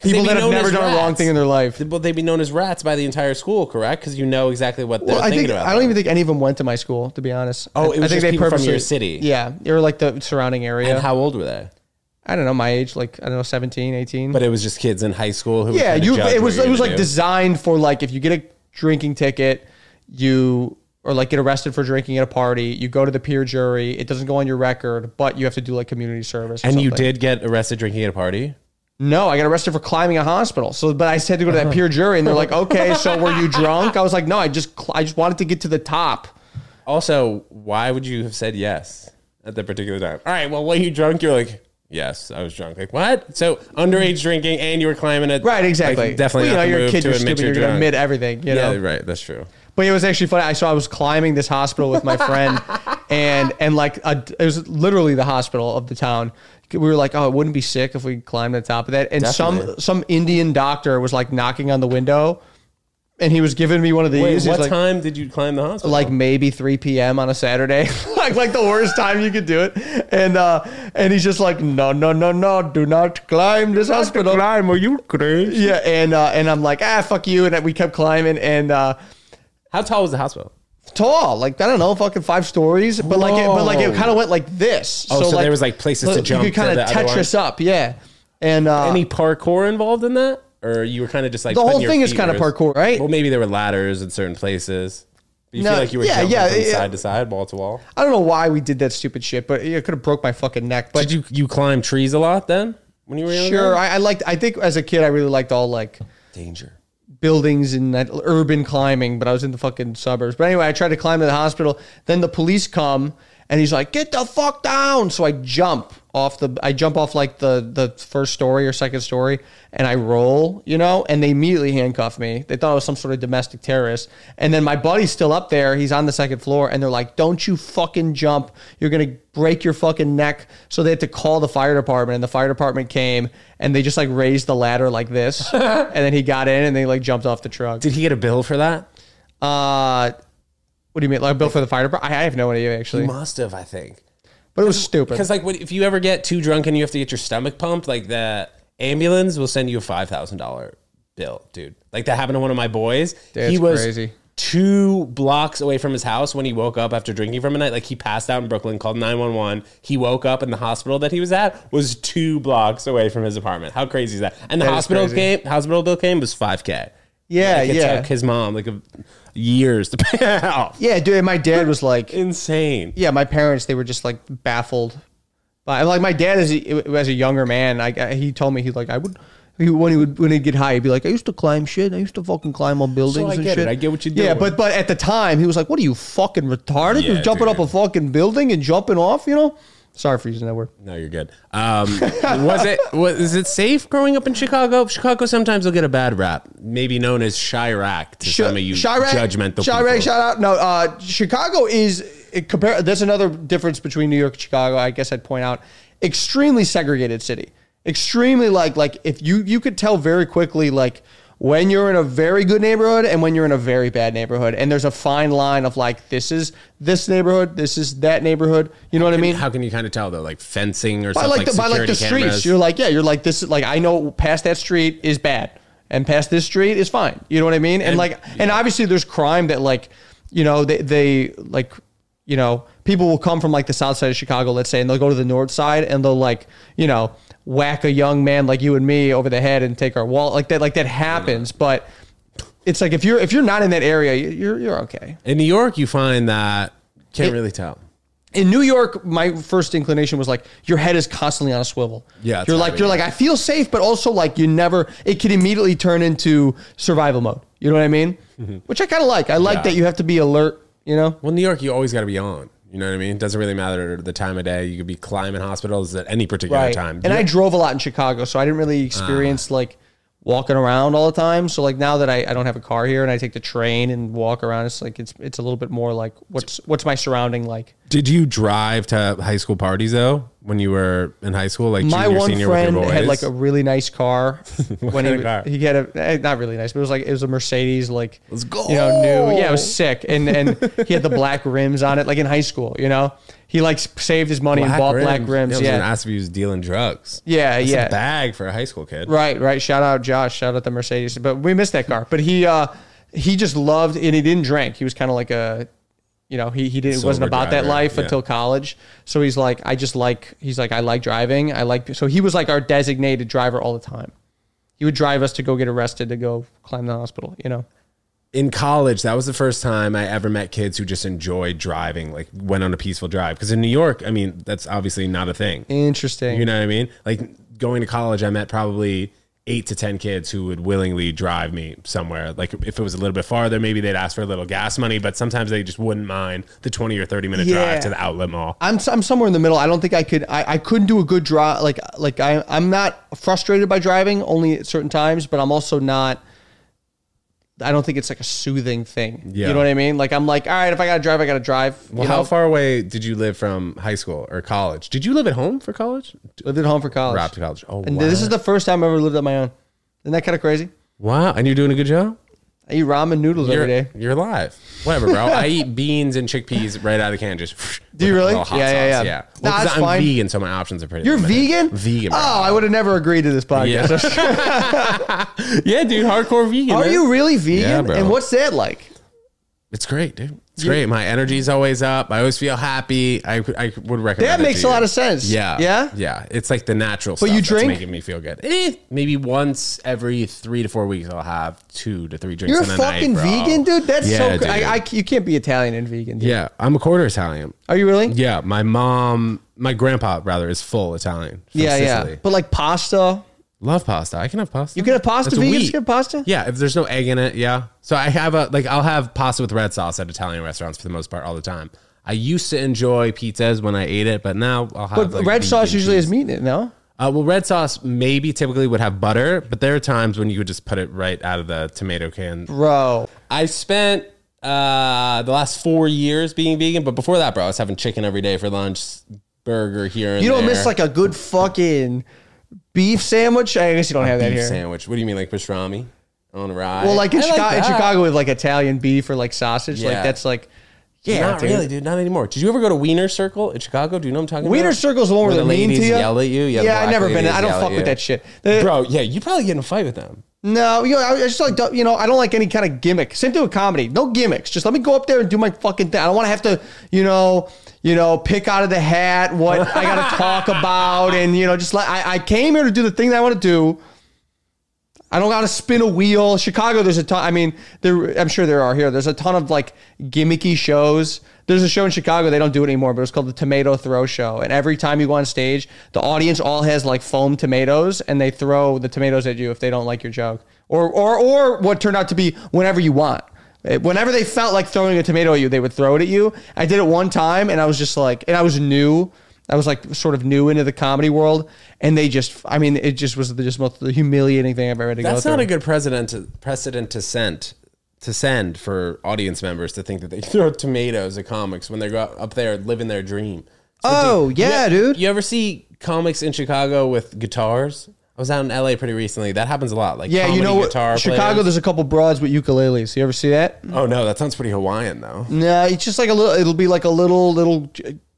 [SPEAKER 3] people that have never done a wrong thing in their life.
[SPEAKER 1] Well, they'd be known as rats by the entire school, correct? Because you know exactly what they're
[SPEAKER 3] Well, I
[SPEAKER 1] thinking
[SPEAKER 3] think
[SPEAKER 1] about.
[SPEAKER 3] I don't even think any of them went to my school, to be honest.
[SPEAKER 1] Oh,
[SPEAKER 3] I-
[SPEAKER 1] it was
[SPEAKER 3] I think
[SPEAKER 1] just people from your city.
[SPEAKER 3] Yeah, or like the surrounding area.
[SPEAKER 1] And how old were they?
[SPEAKER 3] I don't know my age, like I don't know, 17, 18.
[SPEAKER 1] But it was just kids in high school who.
[SPEAKER 3] yeah,
[SPEAKER 1] would kinda
[SPEAKER 3] you.
[SPEAKER 1] judge
[SPEAKER 3] It
[SPEAKER 1] what
[SPEAKER 3] was
[SPEAKER 1] you're
[SPEAKER 3] it was
[SPEAKER 1] gonna
[SPEAKER 3] like
[SPEAKER 1] do.
[SPEAKER 3] designed for like if you get a drinking ticket, you or like get arrested for drinking at a party, you go to the peer jury. It doesn't go on your record, but you have to do like community service. Or
[SPEAKER 1] And you
[SPEAKER 3] something.
[SPEAKER 1] did get arrested drinking at a party.
[SPEAKER 3] No, I got arrested for climbing a hospital. So, but I just had to go to
[SPEAKER 1] Uh-huh.
[SPEAKER 3] that peer jury, and they're like, "Okay, so were you drunk?" I was like, "No, I just, cl- I just wanted to get to the top."
[SPEAKER 1] Also, why would you have said yes at that particular time? All right. Well, were you drunk? You're like. Yes, I was drunk. Like what? So underage drinking, and you were climbing it.
[SPEAKER 3] Right, exactly.
[SPEAKER 1] Like, definitely.
[SPEAKER 3] Well,
[SPEAKER 1] not
[SPEAKER 3] you
[SPEAKER 1] the
[SPEAKER 3] know, you're
[SPEAKER 1] move
[SPEAKER 3] a kid,
[SPEAKER 1] to
[SPEAKER 3] you're
[SPEAKER 1] admit
[SPEAKER 3] stupid, you're
[SPEAKER 1] drunk.
[SPEAKER 3] gonna admit everything, you know.
[SPEAKER 1] Yeah, right. That's true.
[SPEAKER 3] But it was actually funny. I saw I was climbing this hospital with my friend, and and like a, it was literally the hospital of the town. We were like, oh, it wouldn't be sick if we climbed the top of that. And some
[SPEAKER 1] Definitely.
[SPEAKER 3] some Indian doctor was like knocking on the window, and he was giving me one of these.
[SPEAKER 1] Wait,
[SPEAKER 3] He's
[SPEAKER 1] what
[SPEAKER 3] like,
[SPEAKER 1] time did you climb the hospital?
[SPEAKER 3] like maybe 3 p.m. on a Saturday, like like the worst time you could do it. And uh, and he's just like, no, no, no, no, do not climb this hospital.
[SPEAKER 1] climb? Are you crazy?
[SPEAKER 3] Yeah, and uh, and I'm like, ah, fuck you. And we kept climbing, and uh,
[SPEAKER 1] How tall was the hospital?
[SPEAKER 3] tall, like I don't know, fucking five stories, but like it, but like it
[SPEAKER 1] Whoa.
[SPEAKER 3] kind of went like this.
[SPEAKER 1] Oh, so there was, like, places to jump
[SPEAKER 3] You could
[SPEAKER 1] for
[SPEAKER 3] kind
[SPEAKER 1] the
[SPEAKER 3] of
[SPEAKER 1] other one?
[SPEAKER 3] Tetris up, yeah. And uh,
[SPEAKER 1] Any parkour involved in that? Or you were kind of just like
[SPEAKER 3] The
[SPEAKER 1] putting
[SPEAKER 3] whole
[SPEAKER 1] your
[SPEAKER 3] thing is
[SPEAKER 1] feet
[SPEAKER 3] kinda
[SPEAKER 1] where it's-
[SPEAKER 3] parkour, right?
[SPEAKER 1] Well, maybe there were ladders in certain places. But you
[SPEAKER 3] No,
[SPEAKER 1] feel like you were
[SPEAKER 3] yeah,
[SPEAKER 1] jumping
[SPEAKER 3] yeah,
[SPEAKER 1] from
[SPEAKER 3] yeah.
[SPEAKER 1] side to side, wall to wall.
[SPEAKER 3] I don't know why we did that stupid shit, but it could have broke my fucking neck. But
[SPEAKER 1] Did you you climb trees a lot then when you were younger?
[SPEAKER 3] sure, I, I liked. I think as a kid, I really liked all like
[SPEAKER 1] Danger.
[SPEAKER 3] buildings and that urban climbing, but I was in the fucking suburbs. But anyway, I tried to climb to the hospital. Then the police come and he's like, "Get the fuck down!" So I jump off the, I jump off like the the first story or second story, and I roll, you know. And they immediately handcuff me. They thought I was some sort of domestic terrorist. And then my buddy's still up there. He's on the second floor, and they're like, "Don't you fucking jump! You're gonna break your fucking neck." So they had to call the fire department, and the fire department came, and they just like raised the ladder like this, and then he got in, and they like jumped off the truck.
[SPEAKER 1] Did he get a bill for that?
[SPEAKER 3] Uh, what do you mean? Like bill for the fire department? I I have no idea
[SPEAKER 1] He
[SPEAKER 3] actually,
[SPEAKER 1] must have, I think.
[SPEAKER 3] but it was stupid.
[SPEAKER 1] Because like, when, if you ever get too drunk and you have to get your stomach pumped, like the ambulance will send you a five thousand dollar bill, dude. Like that happened to one of my boys.
[SPEAKER 3] Dude,
[SPEAKER 1] he
[SPEAKER 3] it's
[SPEAKER 1] was
[SPEAKER 3] crazy.
[SPEAKER 1] two blocks away from his house when he woke up after drinking from a night. Like he passed out in Brooklyn, called nine one one. He woke up and the hospital that he was at was two blocks away from his apartment. How crazy is that? And the
[SPEAKER 3] That is
[SPEAKER 1] hospital
[SPEAKER 3] crazy.
[SPEAKER 1] came. Hospital bill came was five k.
[SPEAKER 3] Yeah,
[SPEAKER 1] like, it
[SPEAKER 3] yeah.
[SPEAKER 1] Took his mom like a, years to pay off.
[SPEAKER 3] yeah, dude. and My dad was like,
[SPEAKER 1] Insane.
[SPEAKER 3] yeah, my parents they were just like baffled. By, like my dad as a, as a younger man, I, I- he told me he like I would. He, when he would when he'd get high, he'd be like, "I used to climb shit. I used to fucking climb on buildings
[SPEAKER 1] I
[SPEAKER 3] and
[SPEAKER 1] get it.
[SPEAKER 3] shit."
[SPEAKER 1] I get what you're
[SPEAKER 3] Yeah,
[SPEAKER 1] doing.
[SPEAKER 3] but but at the time, he was like, "What are you fucking retarded?
[SPEAKER 1] Yeah,
[SPEAKER 3] You're jumping
[SPEAKER 1] dude.
[SPEAKER 3] up a fucking building and jumping off, you know?" Sorry for using that word.
[SPEAKER 1] No, you're good. Um, was it was is it safe growing up in Chicago? Chicago sometimes will get a bad rap, maybe known as Chirac to some of you
[SPEAKER 3] Chirac-
[SPEAKER 1] judgmental
[SPEAKER 3] Chirac,
[SPEAKER 1] people.
[SPEAKER 3] shout out. No, uh, Chicago is it compare. That's another difference between New York and Chicago. I guess I'd point out extremely segregated city. Extremely like like if you you could tell very quickly like when you're in a very good neighborhood and when you're in a very bad neighborhood and there's a fine line of like this is this neighborhood this is that neighborhood you know what I mean
[SPEAKER 1] How can you kind of tell though, like fencing or
[SPEAKER 3] by
[SPEAKER 1] stuff
[SPEAKER 3] like,
[SPEAKER 1] like,
[SPEAKER 3] the, by like
[SPEAKER 1] security
[SPEAKER 3] the streets.
[SPEAKER 1] cameras?
[SPEAKER 3] You're like, yeah, you're like this. is Like I know past that street is bad, and past this street is fine. You know what I mean? And, like, and obviously there's crime that like, you know, they they like, you know, people will come from like the south side of Chicago, let's say, and they'll go to the north side, and they'll like, you know, whack a young man like you and me over the head and take our wallet. Like that, like that happens, but. It's like if you're if you're not in that area, you- you're you're okay.
[SPEAKER 1] in New York, you find that can't
[SPEAKER 3] It-
[SPEAKER 1] really tell.
[SPEAKER 3] in New York, my first inclination was like your head is constantly on a swivel.
[SPEAKER 1] Yeah, it's
[SPEAKER 3] you're like
[SPEAKER 1] heavy.
[SPEAKER 3] you're like I feel safe, but also like you never. It can immediately turn into survival mode. You know what I mean? Which I kind of like. I
[SPEAKER 1] Mm-hmm.
[SPEAKER 3] like
[SPEAKER 1] Yeah.
[SPEAKER 3] that you have to be alert. You know?
[SPEAKER 1] Well, New York, you always got to be on. You know what I mean? It doesn't really matter the time of day. You could be climbing hospitals at any particular time. Uh-huh.
[SPEAKER 3] And I drove a lot in Chicago, so I didn't really experience like walking around all the time. So like now that I, I don't have a car here and I take the train and walk around, it's like it's it's a little bit more like what's what's my surrounding like.
[SPEAKER 1] Did you drive to high school parties though when you were in high school, like
[SPEAKER 3] my
[SPEAKER 1] junior,
[SPEAKER 3] one
[SPEAKER 1] senior
[SPEAKER 3] friend
[SPEAKER 1] with your boys?
[SPEAKER 3] had like a really nice car when he,
[SPEAKER 1] kind of car?
[SPEAKER 3] he had a eh, not really nice, but it was like it was a Mercedes like
[SPEAKER 1] Let's go.
[SPEAKER 3] you know new yeah it was sick and and he had the black rims on it like in high school you know he like s- saved his money and bought black rims
[SPEAKER 1] Yeah, I was gonna
[SPEAKER 3] yeah
[SPEAKER 1] ask if he was dealing drugs.
[SPEAKER 3] yeah
[SPEAKER 1] That's
[SPEAKER 3] yeah
[SPEAKER 1] a bag for a high school kid.
[SPEAKER 3] Right, right. Shout out Josh. Shout out the Mercedes. But we missed that car. But he uh he just loved and he didn't drink. He was kind of like a you know, he he didn't
[SPEAKER 1] Sober
[SPEAKER 3] wasn't about that
[SPEAKER 1] driver,
[SPEAKER 3] life
[SPEAKER 1] yeah.
[SPEAKER 3] until college. So he's like, I just like he's like, I like driving. I like so he was like our designated driver all the time. He would drive us to go get arrested to go climb the hospital, you know.
[SPEAKER 1] In college, that was the first time I ever met kids who just enjoyed driving, like went on a peaceful drive. Because in New York, I mean, that's obviously not a thing.
[SPEAKER 3] Interesting.
[SPEAKER 1] You know what I mean? Like going to college, I met probably eight to 10 kids who would willingly drive me somewhere. Like if it was a little bit farther, maybe they'd ask for a little gas money, but sometimes they just wouldn't mind the 20 or 30 minute
[SPEAKER 3] Yeah.
[SPEAKER 1] drive to the outlet mall.
[SPEAKER 3] I'm, I'm somewhere in the middle. I don't think I could. I, I couldn't do a good draw. Like like I I'm not frustrated by driving only at certain times, but I'm also not I don't think it's like a soothing thing.
[SPEAKER 1] Yeah.
[SPEAKER 3] You know what I mean? Like I'm like, all right, if I gotta drive, I gotta drive.
[SPEAKER 1] Well,
[SPEAKER 3] you
[SPEAKER 1] how
[SPEAKER 3] know?
[SPEAKER 1] far away did you live from high school or college? Did you live at home for college?
[SPEAKER 3] Lived at home for college.
[SPEAKER 1] Rob to college. Oh,
[SPEAKER 3] And
[SPEAKER 1] wow.
[SPEAKER 3] this is the first time I ever lived on my own. Isn't that kind of crazy?
[SPEAKER 1] wow. And you're doing a good job?
[SPEAKER 3] I eat ramen noodles
[SPEAKER 1] You're,
[SPEAKER 3] every day.
[SPEAKER 1] you're alive. Whatever, bro. I eat beans and chickpeas right out of the can. Just
[SPEAKER 3] Do you
[SPEAKER 1] with a
[SPEAKER 3] really?
[SPEAKER 1] little hot
[SPEAKER 3] Yeah, yeah,
[SPEAKER 1] sauce.
[SPEAKER 3] yeah.
[SPEAKER 1] yeah.
[SPEAKER 3] Nah,
[SPEAKER 1] Well, 'cause
[SPEAKER 3] that's
[SPEAKER 1] I'm
[SPEAKER 3] fine.
[SPEAKER 1] vegan, so my options are pretty.
[SPEAKER 3] You're
[SPEAKER 1] limited.
[SPEAKER 3] vegan?
[SPEAKER 1] Vegan. Bro.
[SPEAKER 3] Oh, I would have never agreed to this podcast.
[SPEAKER 1] yeah, dude. Hardcore vegan.
[SPEAKER 3] Are
[SPEAKER 1] man.
[SPEAKER 3] you really vegan?
[SPEAKER 1] Yeah, bro.
[SPEAKER 3] And what's that like?
[SPEAKER 1] It's great, dude. It's great. My energy's always up. I always feel happy. I, I would recommend.
[SPEAKER 3] That
[SPEAKER 1] it
[SPEAKER 3] makes
[SPEAKER 1] to
[SPEAKER 3] a
[SPEAKER 1] you.
[SPEAKER 3] lot of sense.
[SPEAKER 1] Yeah,
[SPEAKER 3] Yeah?
[SPEAKER 1] yeah. It's like the natural. But
[SPEAKER 3] you drink?
[SPEAKER 1] that's making me feel good. Eh, maybe once every three to four weeks, I'll have two to three drinks.
[SPEAKER 3] You're a
[SPEAKER 1] in a
[SPEAKER 3] fucking
[SPEAKER 1] night, bro.
[SPEAKER 3] vegan, dude? That's
[SPEAKER 1] Yeah,
[SPEAKER 3] so cra-
[SPEAKER 1] dude.
[SPEAKER 3] I, I, you can't be Italian and vegan. Dude.
[SPEAKER 1] Yeah, I'm a quarter Italian.
[SPEAKER 3] Are you really?
[SPEAKER 1] Yeah, my mom, my grandpa rather is full Italian. from
[SPEAKER 3] Yeah, yeah.
[SPEAKER 1] Sicily.
[SPEAKER 3] But like pasta.
[SPEAKER 1] Love pasta. I can have pasta.
[SPEAKER 3] You can have pasta?
[SPEAKER 1] That's
[SPEAKER 3] Vegans
[SPEAKER 1] wheat.
[SPEAKER 3] can have pasta?
[SPEAKER 1] Yeah, if there's no egg in it, yeah. So I have a like I'll have pasta with red sauce at Italian restaurants for the most part all the time. I used to enjoy pizzas when I ate it, but now I'll have.
[SPEAKER 3] But
[SPEAKER 1] like,
[SPEAKER 3] red sauce
[SPEAKER 1] vegan
[SPEAKER 3] usually
[SPEAKER 1] cheese.
[SPEAKER 3] has meat in it, no?
[SPEAKER 1] Uh, well, red sauce maybe typically would have butter, but there are times when you could just put it right out of the tomato can.
[SPEAKER 3] Bro.
[SPEAKER 1] I spent uh, the last four years being vegan, but before that, bro, I was having chicken every day for lunch, burger here. And
[SPEAKER 3] You don't
[SPEAKER 1] there.
[SPEAKER 3] miss like a good fucking beef sandwich? I guess you don't have that
[SPEAKER 1] beef
[SPEAKER 3] here.
[SPEAKER 1] sandwich. What do you mean, like pastrami on rye?
[SPEAKER 3] Well, like in,
[SPEAKER 1] I
[SPEAKER 3] Chicago, in
[SPEAKER 1] that.
[SPEAKER 3] Chicago with like Italian beef or like sausage, like
[SPEAKER 1] Yeah.
[SPEAKER 3] that's like, yeah,
[SPEAKER 1] not
[SPEAKER 3] dude.
[SPEAKER 1] really, dude. Not anymore. Did you ever go to Wiener Circle in Chicago? Do you know what I'm talking about?
[SPEAKER 3] Wiener circles the one where
[SPEAKER 1] Where
[SPEAKER 3] they're
[SPEAKER 1] the
[SPEAKER 3] mean to
[SPEAKER 1] ladies
[SPEAKER 3] you.
[SPEAKER 1] yell at you? Yeah,
[SPEAKER 3] Yeah,
[SPEAKER 1] the
[SPEAKER 3] I
[SPEAKER 1] black
[SPEAKER 3] never been.
[SPEAKER 1] ladies
[SPEAKER 3] I don't
[SPEAKER 1] yell
[SPEAKER 3] fuck
[SPEAKER 1] at
[SPEAKER 3] with
[SPEAKER 1] you.
[SPEAKER 3] that shit. The-
[SPEAKER 1] Bro, yeah, you probably get in a fight with them.
[SPEAKER 3] No, you know, I I just like don't- you know, I don't like any kind of gimmick. Same thing with comedy. No gimmicks. Just let me go up there and do my fucking thing. I don't want to have to, you know, you know, pick out of the hat what I got to talk about, and you know, just like I, I came here to do the thing that I want to do. I don't got to spin a wheel. Chicago, there's a ton. I mean, there. I'm sure there are here. There's a ton of like gimmicky shows. There's a show in Chicago. They don't do it anymore, but it's called the Tomato Throw Show. And every time you go on stage, the audience all has like foam tomatoes, and they throw the tomatoes at you if they don't like your joke, or or or what turned out to be whenever you want. Eh, Whenever they felt like throwing a tomato at you, they would throw it at you. I did it one time, and I was just like, and I was new. I was like sort of new into the comedy world, and they just—I mean, it just was the just most humiliating thing I've ever had to go
[SPEAKER 1] That's
[SPEAKER 3] through.
[SPEAKER 1] not a good precedent to, precedent to send to send for audience members to think that they throw tomatoes at comics when they go up there living their dream. So,
[SPEAKER 3] Oh,
[SPEAKER 1] you-
[SPEAKER 3] yeah, dude.
[SPEAKER 1] You ever see comics in Chicago with guitars? I was out in LA pretty recently. That happens a lot. Like
[SPEAKER 3] yeah, you
[SPEAKER 1] comedy
[SPEAKER 3] know what?
[SPEAKER 1] guitar
[SPEAKER 3] Chicago,
[SPEAKER 1] players.
[SPEAKER 3] there's a couple broads with ukuleles. You ever see that?
[SPEAKER 1] Oh no, that sounds pretty Hawaiian though.
[SPEAKER 3] No, it's just like a little. It'll be like a little little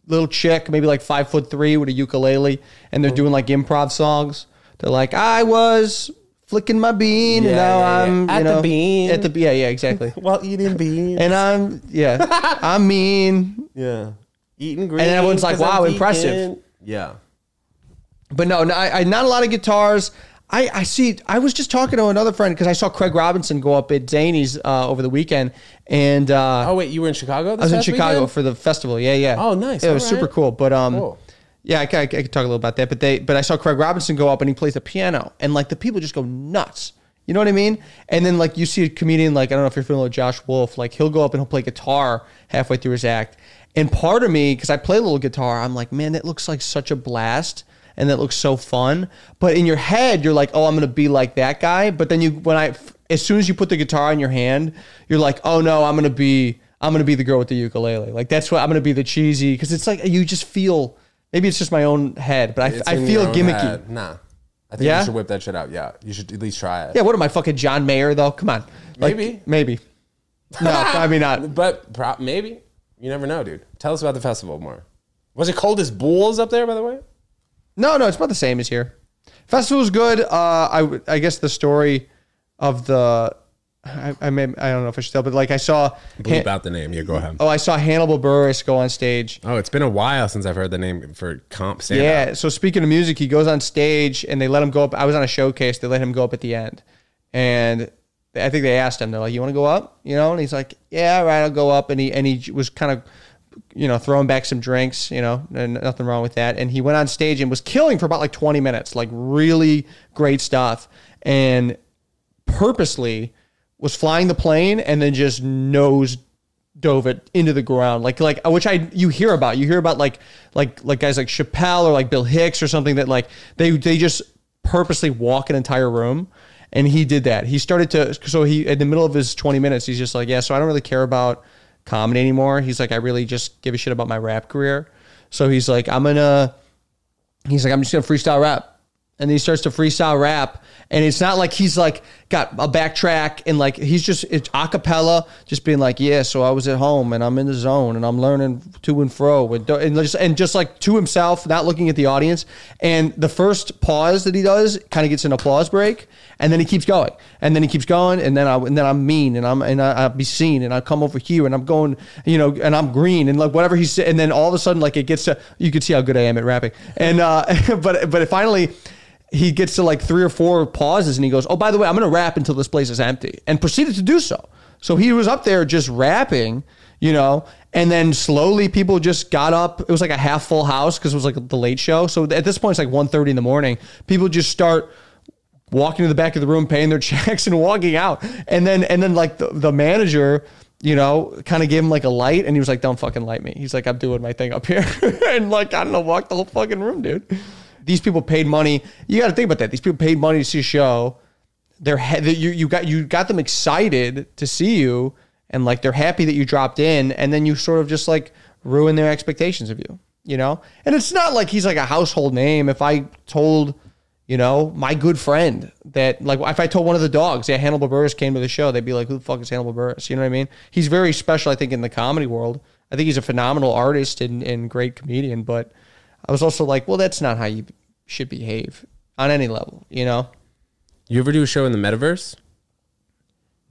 [SPEAKER 3] little chick, maybe like five foot three with a ukulele, and
[SPEAKER 1] Mm.
[SPEAKER 3] they're doing like improv songs. They're like, I was flicking my bean, and
[SPEAKER 1] Yeah,
[SPEAKER 3] now
[SPEAKER 1] yeah, yeah.
[SPEAKER 3] I'm you
[SPEAKER 1] At the
[SPEAKER 3] know,
[SPEAKER 1] bean.
[SPEAKER 3] at the yeah, yeah, exactly.
[SPEAKER 1] While eating beans.
[SPEAKER 3] and I'm yeah, I'm mean,
[SPEAKER 1] yeah. Eating green.
[SPEAKER 3] And everyone's like,
[SPEAKER 1] 'cause I'm
[SPEAKER 3] wow, impressive.
[SPEAKER 1] vegan. Yeah.
[SPEAKER 3] But no, no I, I not a lot of guitars. I, I see. I was just talking to another friend because I saw Craig Robinson go up at Zany's uh, over the weekend, and uh,
[SPEAKER 1] Oh wait, you were in Chicago? This
[SPEAKER 3] I was in Chicago for the festival. Yeah, yeah.
[SPEAKER 1] Oh, nice.
[SPEAKER 3] Yeah, it was
[SPEAKER 1] All
[SPEAKER 3] super
[SPEAKER 1] right.
[SPEAKER 3] cool. But um,
[SPEAKER 1] Cool.
[SPEAKER 3] yeah, I, ca- I, ca- I could talk a little about that. But they, but I saw Craig Robinson go up and he plays the piano, and like the people just go nuts. You know what I mean? And then like you see a comedian like I don't know if you're familiar with Josh Wolf, like he'll go up and he'll play guitar halfway through his act. And part of me, because I play a little guitar, I'm like, man, that looks like such a blast. And that looks so fun, but in your head you're like, "Oh, I'm gonna be like that guy." But then you, when I, as soon as you put the guitar in your hand, you're like, "Oh no, I'm gonna be, I'm gonna be the girl with the ukulele." Like that's what I'm gonna be the cheesy because it's like you just feel Maybe it's just my own head, but
[SPEAKER 1] It's
[SPEAKER 3] I, I
[SPEAKER 1] in
[SPEAKER 3] feel
[SPEAKER 1] your own
[SPEAKER 3] gimmicky.
[SPEAKER 1] head. Nah. I think
[SPEAKER 3] Yeah?
[SPEAKER 1] you should whip that shit out. Yeah. You should at least try it.
[SPEAKER 3] Yeah, what am I fucking John Mayer though? Come on, Like,
[SPEAKER 1] Maybe.
[SPEAKER 3] maybe. No, probably not.
[SPEAKER 1] But pro- maybe you never know, dude. Tell us about the festival more. Was it cold as bulls up there, by the way?
[SPEAKER 3] No, no, it's about the same as here. Festival's good. Uh, I w- I guess the story of the I I, may, I don't know if I should tell, but like I saw
[SPEAKER 1] Bleep out the name. Yeah, go ahead.
[SPEAKER 3] oh I saw Hannibal Burris go on stage.
[SPEAKER 1] Oh, it's been a while since I've heard the name for comp stand.
[SPEAKER 3] Yeah. So speaking of music, he goes on stage and they let him go up. I was on a showcase. They let him go up at the end, and I think they asked him. They're like, "You want to go up?" You know, and he's like, "Yeah, all right, I'll go up." And he and he was kind of, you know, throwing back some drinks. You know, and nothing wrong with that. And he went on stage and was killing for about like twenty minutes, like really great stuff. And purposely was flying the plane and then just nose dove it into the ground like like uh, which i you hear about you hear about like like like guys like chappelle or like bill hicks or something that like they they just purposely walk an entire room And he did that. He started to so he in the middle of his 20 minutes, he's just like, yeah, so I don't really care about comedy anymore. He's like, I really just give a shit about my rap career. So he's like, I'm gonna he's like, I'm just gonna freestyle rap. And then he starts to freestyle rap. And it's not like he's like got a backtrack and like he's just it's a cappella, just being like, Yeah, so I was at home and I'm in the zone and I'm learning to and fro and, do- and just and just like to himself, not looking at the audience. And the first pause that he does kind of gets an applause break. And then he keeps going. And then he keeps going. And then I and then I'm mean and I'm and I, I'll be seen and I come over here and I'm going, you know, and I'm green and like whatever he's and then all of a sudden like it gets to you can see how good I am at rapping. And uh but but finally he gets to like three or four pauses and he goes, Oh, by the way, I'm going to rap until this place is empty and proceeded to do so. So he was up there just rapping, you know, and then slowly people just got up. It was like a half full house because it was like the late show. So at this point, it's like 1.30 in the morning. People just start walking to the back of the room, paying their checks and walking out. And then, and then like the, the manager, you know, kind of gave him like a light and he was like, don't fucking light me. He's like, I'm doing my thing up here. and like, I don't know, walked the whole fucking room, dude. These people paid money. You got to think about that. These people paid money to see a show. They're ha- that you, you got, you got them excited to see you and like, they're happy that you dropped in. And then you sort of just like ruin their expectations of you, you know? And it's not like he's like a household name. If I told, you know, my good friend that like if I told one of the dogs, yeah, Hannibal Burris came to the show, they'd be like, Who the fuck is Hannibal Burris? You know what I mean? He's very special, I think, in the comedy world. I think he's a phenomenal artist and, and great comedian, but I was also like, Well, that's not how you should behave on any level, you know?
[SPEAKER 1] You ever do a show in the metaverse?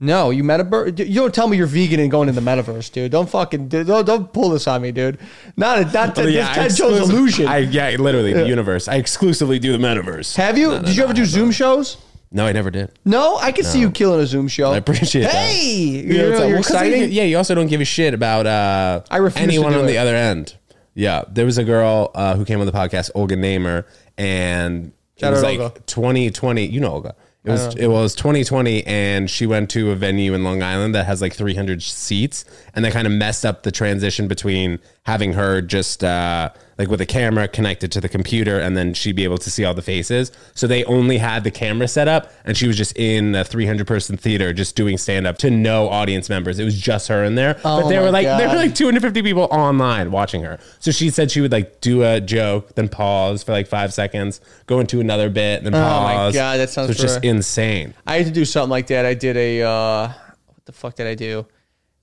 [SPEAKER 3] No, you metaverse. You don't tell me you're vegan and going to the metaverse, dude. Don't fucking dude, don't, don't pull this on me, dude. Not not
[SPEAKER 1] Oh,
[SPEAKER 3] this Ted Joe's
[SPEAKER 1] exclusive-
[SPEAKER 3] illusion.
[SPEAKER 1] I, yeah, literally the universe. I exclusively do the metaverse.
[SPEAKER 3] Have you? did you ever do Zoom shows?
[SPEAKER 1] No, I never did.
[SPEAKER 3] No, I can see you killing a Zoom show.
[SPEAKER 1] I appreciate
[SPEAKER 3] hey!
[SPEAKER 1] that. it's
[SPEAKER 3] you know,
[SPEAKER 1] like-
[SPEAKER 3] you're
[SPEAKER 1] well, 'cause
[SPEAKER 3] exciting.
[SPEAKER 1] you- yeah, you also don't give a shit about uh,
[SPEAKER 3] I refuse to
[SPEAKER 1] anyone
[SPEAKER 3] do
[SPEAKER 1] on
[SPEAKER 3] it.
[SPEAKER 1] the other end. Yeah, there was a girl uh, who came on the podcast, Olga Namer, and
[SPEAKER 3] Shout
[SPEAKER 1] it was
[SPEAKER 3] out
[SPEAKER 1] like
[SPEAKER 3] Olga.
[SPEAKER 1] 2020. You know Olga. It
[SPEAKER 3] Uh-huh.
[SPEAKER 1] was it was 2020, and she went to a venue in Long Island that has like 300 seats, and they kind of messed up the transition between having her just uh, like with a camera connected to the computer, and then she'd be able to see all the faces. So they only had the camera set up, and she was just in a 300 person theater, just doing stand up to no audience members. It was just her in there, but
[SPEAKER 3] Oh
[SPEAKER 1] they
[SPEAKER 3] my
[SPEAKER 1] were like they
[SPEAKER 3] God.
[SPEAKER 1] were like 250 people online watching her. So she said she would like do a joke, then pause for like five seconds, go into another bit, then
[SPEAKER 3] Oh my
[SPEAKER 1] pause.
[SPEAKER 3] God, that
[SPEAKER 1] so
[SPEAKER 3] sounds
[SPEAKER 1] it's just
[SPEAKER 3] true.
[SPEAKER 1] insane.
[SPEAKER 3] I had to do something like that. I did a uh, what the fuck did I do?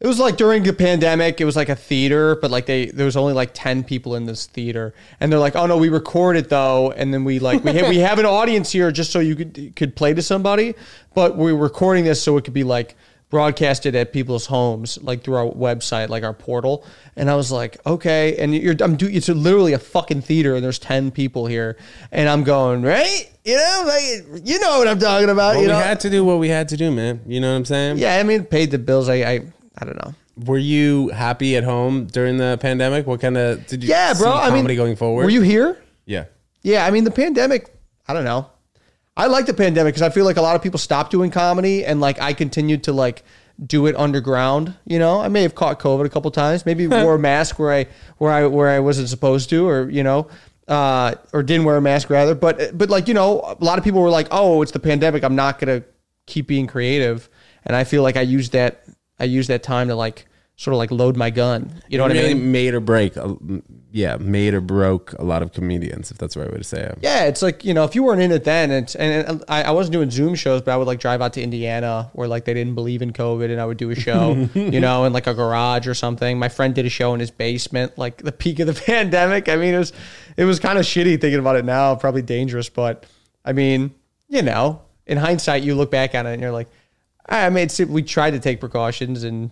[SPEAKER 3] It was like during the pandemic. It was like a theater, but like they there was only like ten people in this theater, and they're like, "Oh no, we record it though," and then we like we ha- we have an audience here just so you could could play to somebody, but we're recording this so it could be like broadcasted at people's homes, like through our website, like our portal. And I was like, okay. And you're, I'm doing, it's literally a fucking theater and there's 10 people here. And I'm going, right? You know, like, you know what I'm talking about.
[SPEAKER 1] Well,
[SPEAKER 3] you
[SPEAKER 1] we
[SPEAKER 3] know?
[SPEAKER 1] had to do what we had to do, man. You know what I'm saying?
[SPEAKER 3] yeah. I mean, paid the bills. I, I, I don't know.
[SPEAKER 1] Were you happy at home during the pandemic? What kind of did you?
[SPEAKER 3] Yeah, bro.
[SPEAKER 1] see
[SPEAKER 3] I mean,
[SPEAKER 1] comedy going forward.
[SPEAKER 3] Were you here?
[SPEAKER 1] Yeah.
[SPEAKER 3] Yeah, I mean the pandemic. I don't know. I like the pandemic because I feel like a lot of people stopped doing comedy, and like I continued to like do it underground. You know, I may have caught COVID a couple times, maybe wore a mask where I where I where I wasn't supposed to, or you know, uh, or didn't wear a mask rather. But but like you know, a lot of people were like, "Oh, it's the pandemic. I'm not gonna keep being creative," and I feel like I used that I used that time to like sort of like load my gun. You know what I
[SPEAKER 1] Really
[SPEAKER 3] mean?
[SPEAKER 1] made or break. uh, Yeah, made or broke a lot of comedians, if that's the right way to say it.
[SPEAKER 3] Yeah, it's like you know, if you weren't in it then, it's, and I, I wasn't doing Zoom shows, but I would like drive out to Indiana where like they didn't believe in COVID, and I would do a show, you know, in like a garage or something. My friend did a show in his basement, like the peak of the pandemic. I mean, it was it was kind of shitty thinking about it now, probably dangerous, but I mean, you know, in hindsight, you look back on it and you're like, "Ah, I mean, it's, we tried to take precautions, and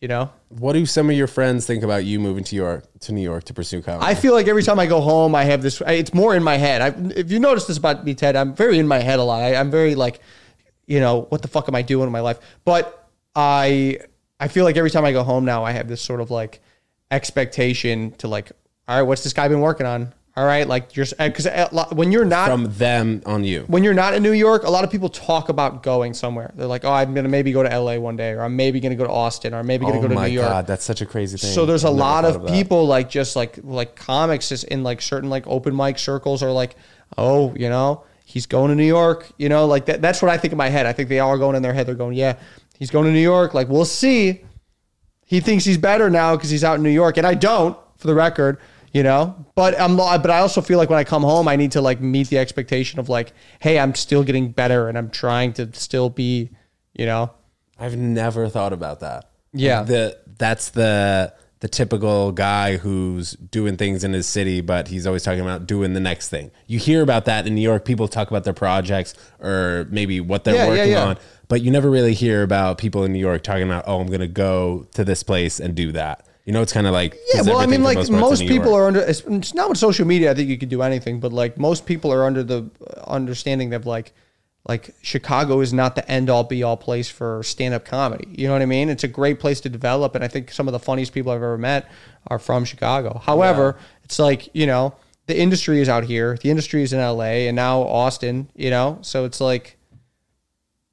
[SPEAKER 3] you know,
[SPEAKER 1] What do some of your friends think about you moving to York to New York to pursue comedy?
[SPEAKER 3] I feel like every time I go home, I have this. I- It's more in my head. I, if you notice this about me, Ted, I'm very in my head a lot. I, I'm very like, you know, what the fuck am I doing in my life? But I, I feel like every time I go home now, I have this sort of like expectation to like, all right, what's this guy been working on? All right, like you're because when you're not
[SPEAKER 1] from them on you.
[SPEAKER 3] when you're not in New York, a lot of people talk about going somewhere. They're like, oh, I'm gonna maybe go to LA one day, or I'm maybe gonna go to Austin, or I'm maybe gonna
[SPEAKER 1] oh
[SPEAKER 3] go to
[SPEAKER 1] my
[SPEAKER 3] New York.
[SPEAKER 1] god, that's such a crazy thing.
[SPEAKER 3] So there's a
[SPEAKER 1] I've never
[SPEAKER 3] lot
[SPEAKER 1] thought
[SPEAKER 3] of
[SPEAKER 1] that.
[SPEAKER 3] people like just like like comics is in like certain like open mic circles or like oh you know he's going to New York. You know, like that, that's what I think in my head. I think they are going in their head. They're going, yeah, he's going to New York. Like, we'll see. He thinks he's better now because he's out in New York. And I don't, for the record, you know, but I'm, but I also feel like when I come home, I need to like meet the expectation of like, hey, I'm still getting better and I'm trying to still be, you know,
[SPEAKER 1] I've never thought about that.
[SPEAKER 3] Yeah.
[SPEAKER 1] The that's the the typical guy who's doing things in his city, but he's always talking about doing the next thing. You hear about that in New York. People talk about their projects or maybe what they're
[SPEAKER 3] Yeah, yeah,
[SPEAKER 1] working
[SPEAKER 3] yeah.
[SPEAKER 1] on, but you never really hear about people in New York talking about, oh, I'm going to go to this place and do that. You know, it's kind of like
[SPEAKER 3] Yeah,
[SPEAKER 1] does
[SPEAKER 3] well, I
[SPEAKER 1] everything
[SPEAKER 3] mean,
[SPEAKER 1] for
[SPEAKER 3] like
[SPEAKER 1] parts in
[SPEAKER 3] most
[SPEAKER 1] New York.
[SPEAKER 3] people are under. It's it's not with social media. I think you could do anything, but like most people are under the uh, understanding that like, like Chicago is not the end all be all place for stand up comedy. You know what I mean? It's a great place to develop, and I think some of the funniest people I've ever met are from Chicago. However, it's like you know the industry is out here, the industry is in L.A. and now Austin. You know, so it's like.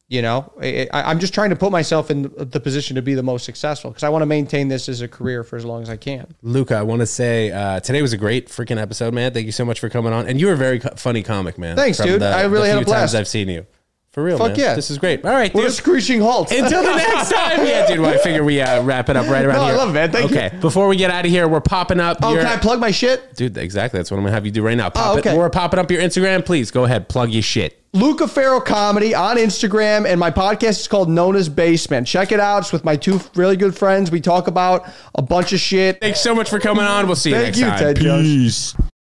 [SPEAKER 3] You know, I, I- I'm just trying to put myself in the position to be the most successful because I want to maintain this as a career for as long as I can.
[SPEAKER 1] Luca, I want to say uh, today was a great freaking episode, man. Thank you so much for coming on. And you were a very co- funny comic, man.
[SPEAKER 3] Thanks, dude. I really had a
[SPEAKER 1] few times
[SPEAKER 3] blast.
[SPEAKER 1] I've seen you. For real,
[SPEAKER 3] Fuck
[SPEAKER 1] man.
[SPEAKER 3] yeah.
[SPEAKER 1] This is great. All right,
[SPEAKER 3] We're a
[SPEAKER 1] dude.
[SPEAKER 3] screeching halt.
[SPEAKER 1] Until the next time. Yeah, dude. Well, I figure we uh, wrap it up right around
[SPEAKER 3] No, I
[SPEAKER 1] here.
[SPEAKER 3] love it, man. Thank you.
[SPEAKER 1] Okay. Before we get out of here, we're popping up.
[SPEAKER 3] oh,
[SPEAKER 1] your-
[SPEAKER 3] can I plug my shit?
[SPEAKER 1] Dude, exactly. That's what I'm going to have you do right now. Pop
[SPEAKER 3] Oh,
[SPEAKER 1] it.
[SPEAKER 3] okay.
[SPEAKER 1] We're popping up your Instagram. Please go ahead. Plug your shit.
[SPEAKER 3] Luca Farrell Comedy on Instagram, and my podcast is called Nona's Basement. Check it out. It's with my two really good friends. We talk about a bunch of shit.
[SPEAKER 1] Thanks so much for coming on. We'll see you
[SPEAKER 3] Thank
[SPEAKER 1] next
[SPEAKER 3] you,
[SPEAKER 1] time.
[SPEAKER 3] Ted Jones.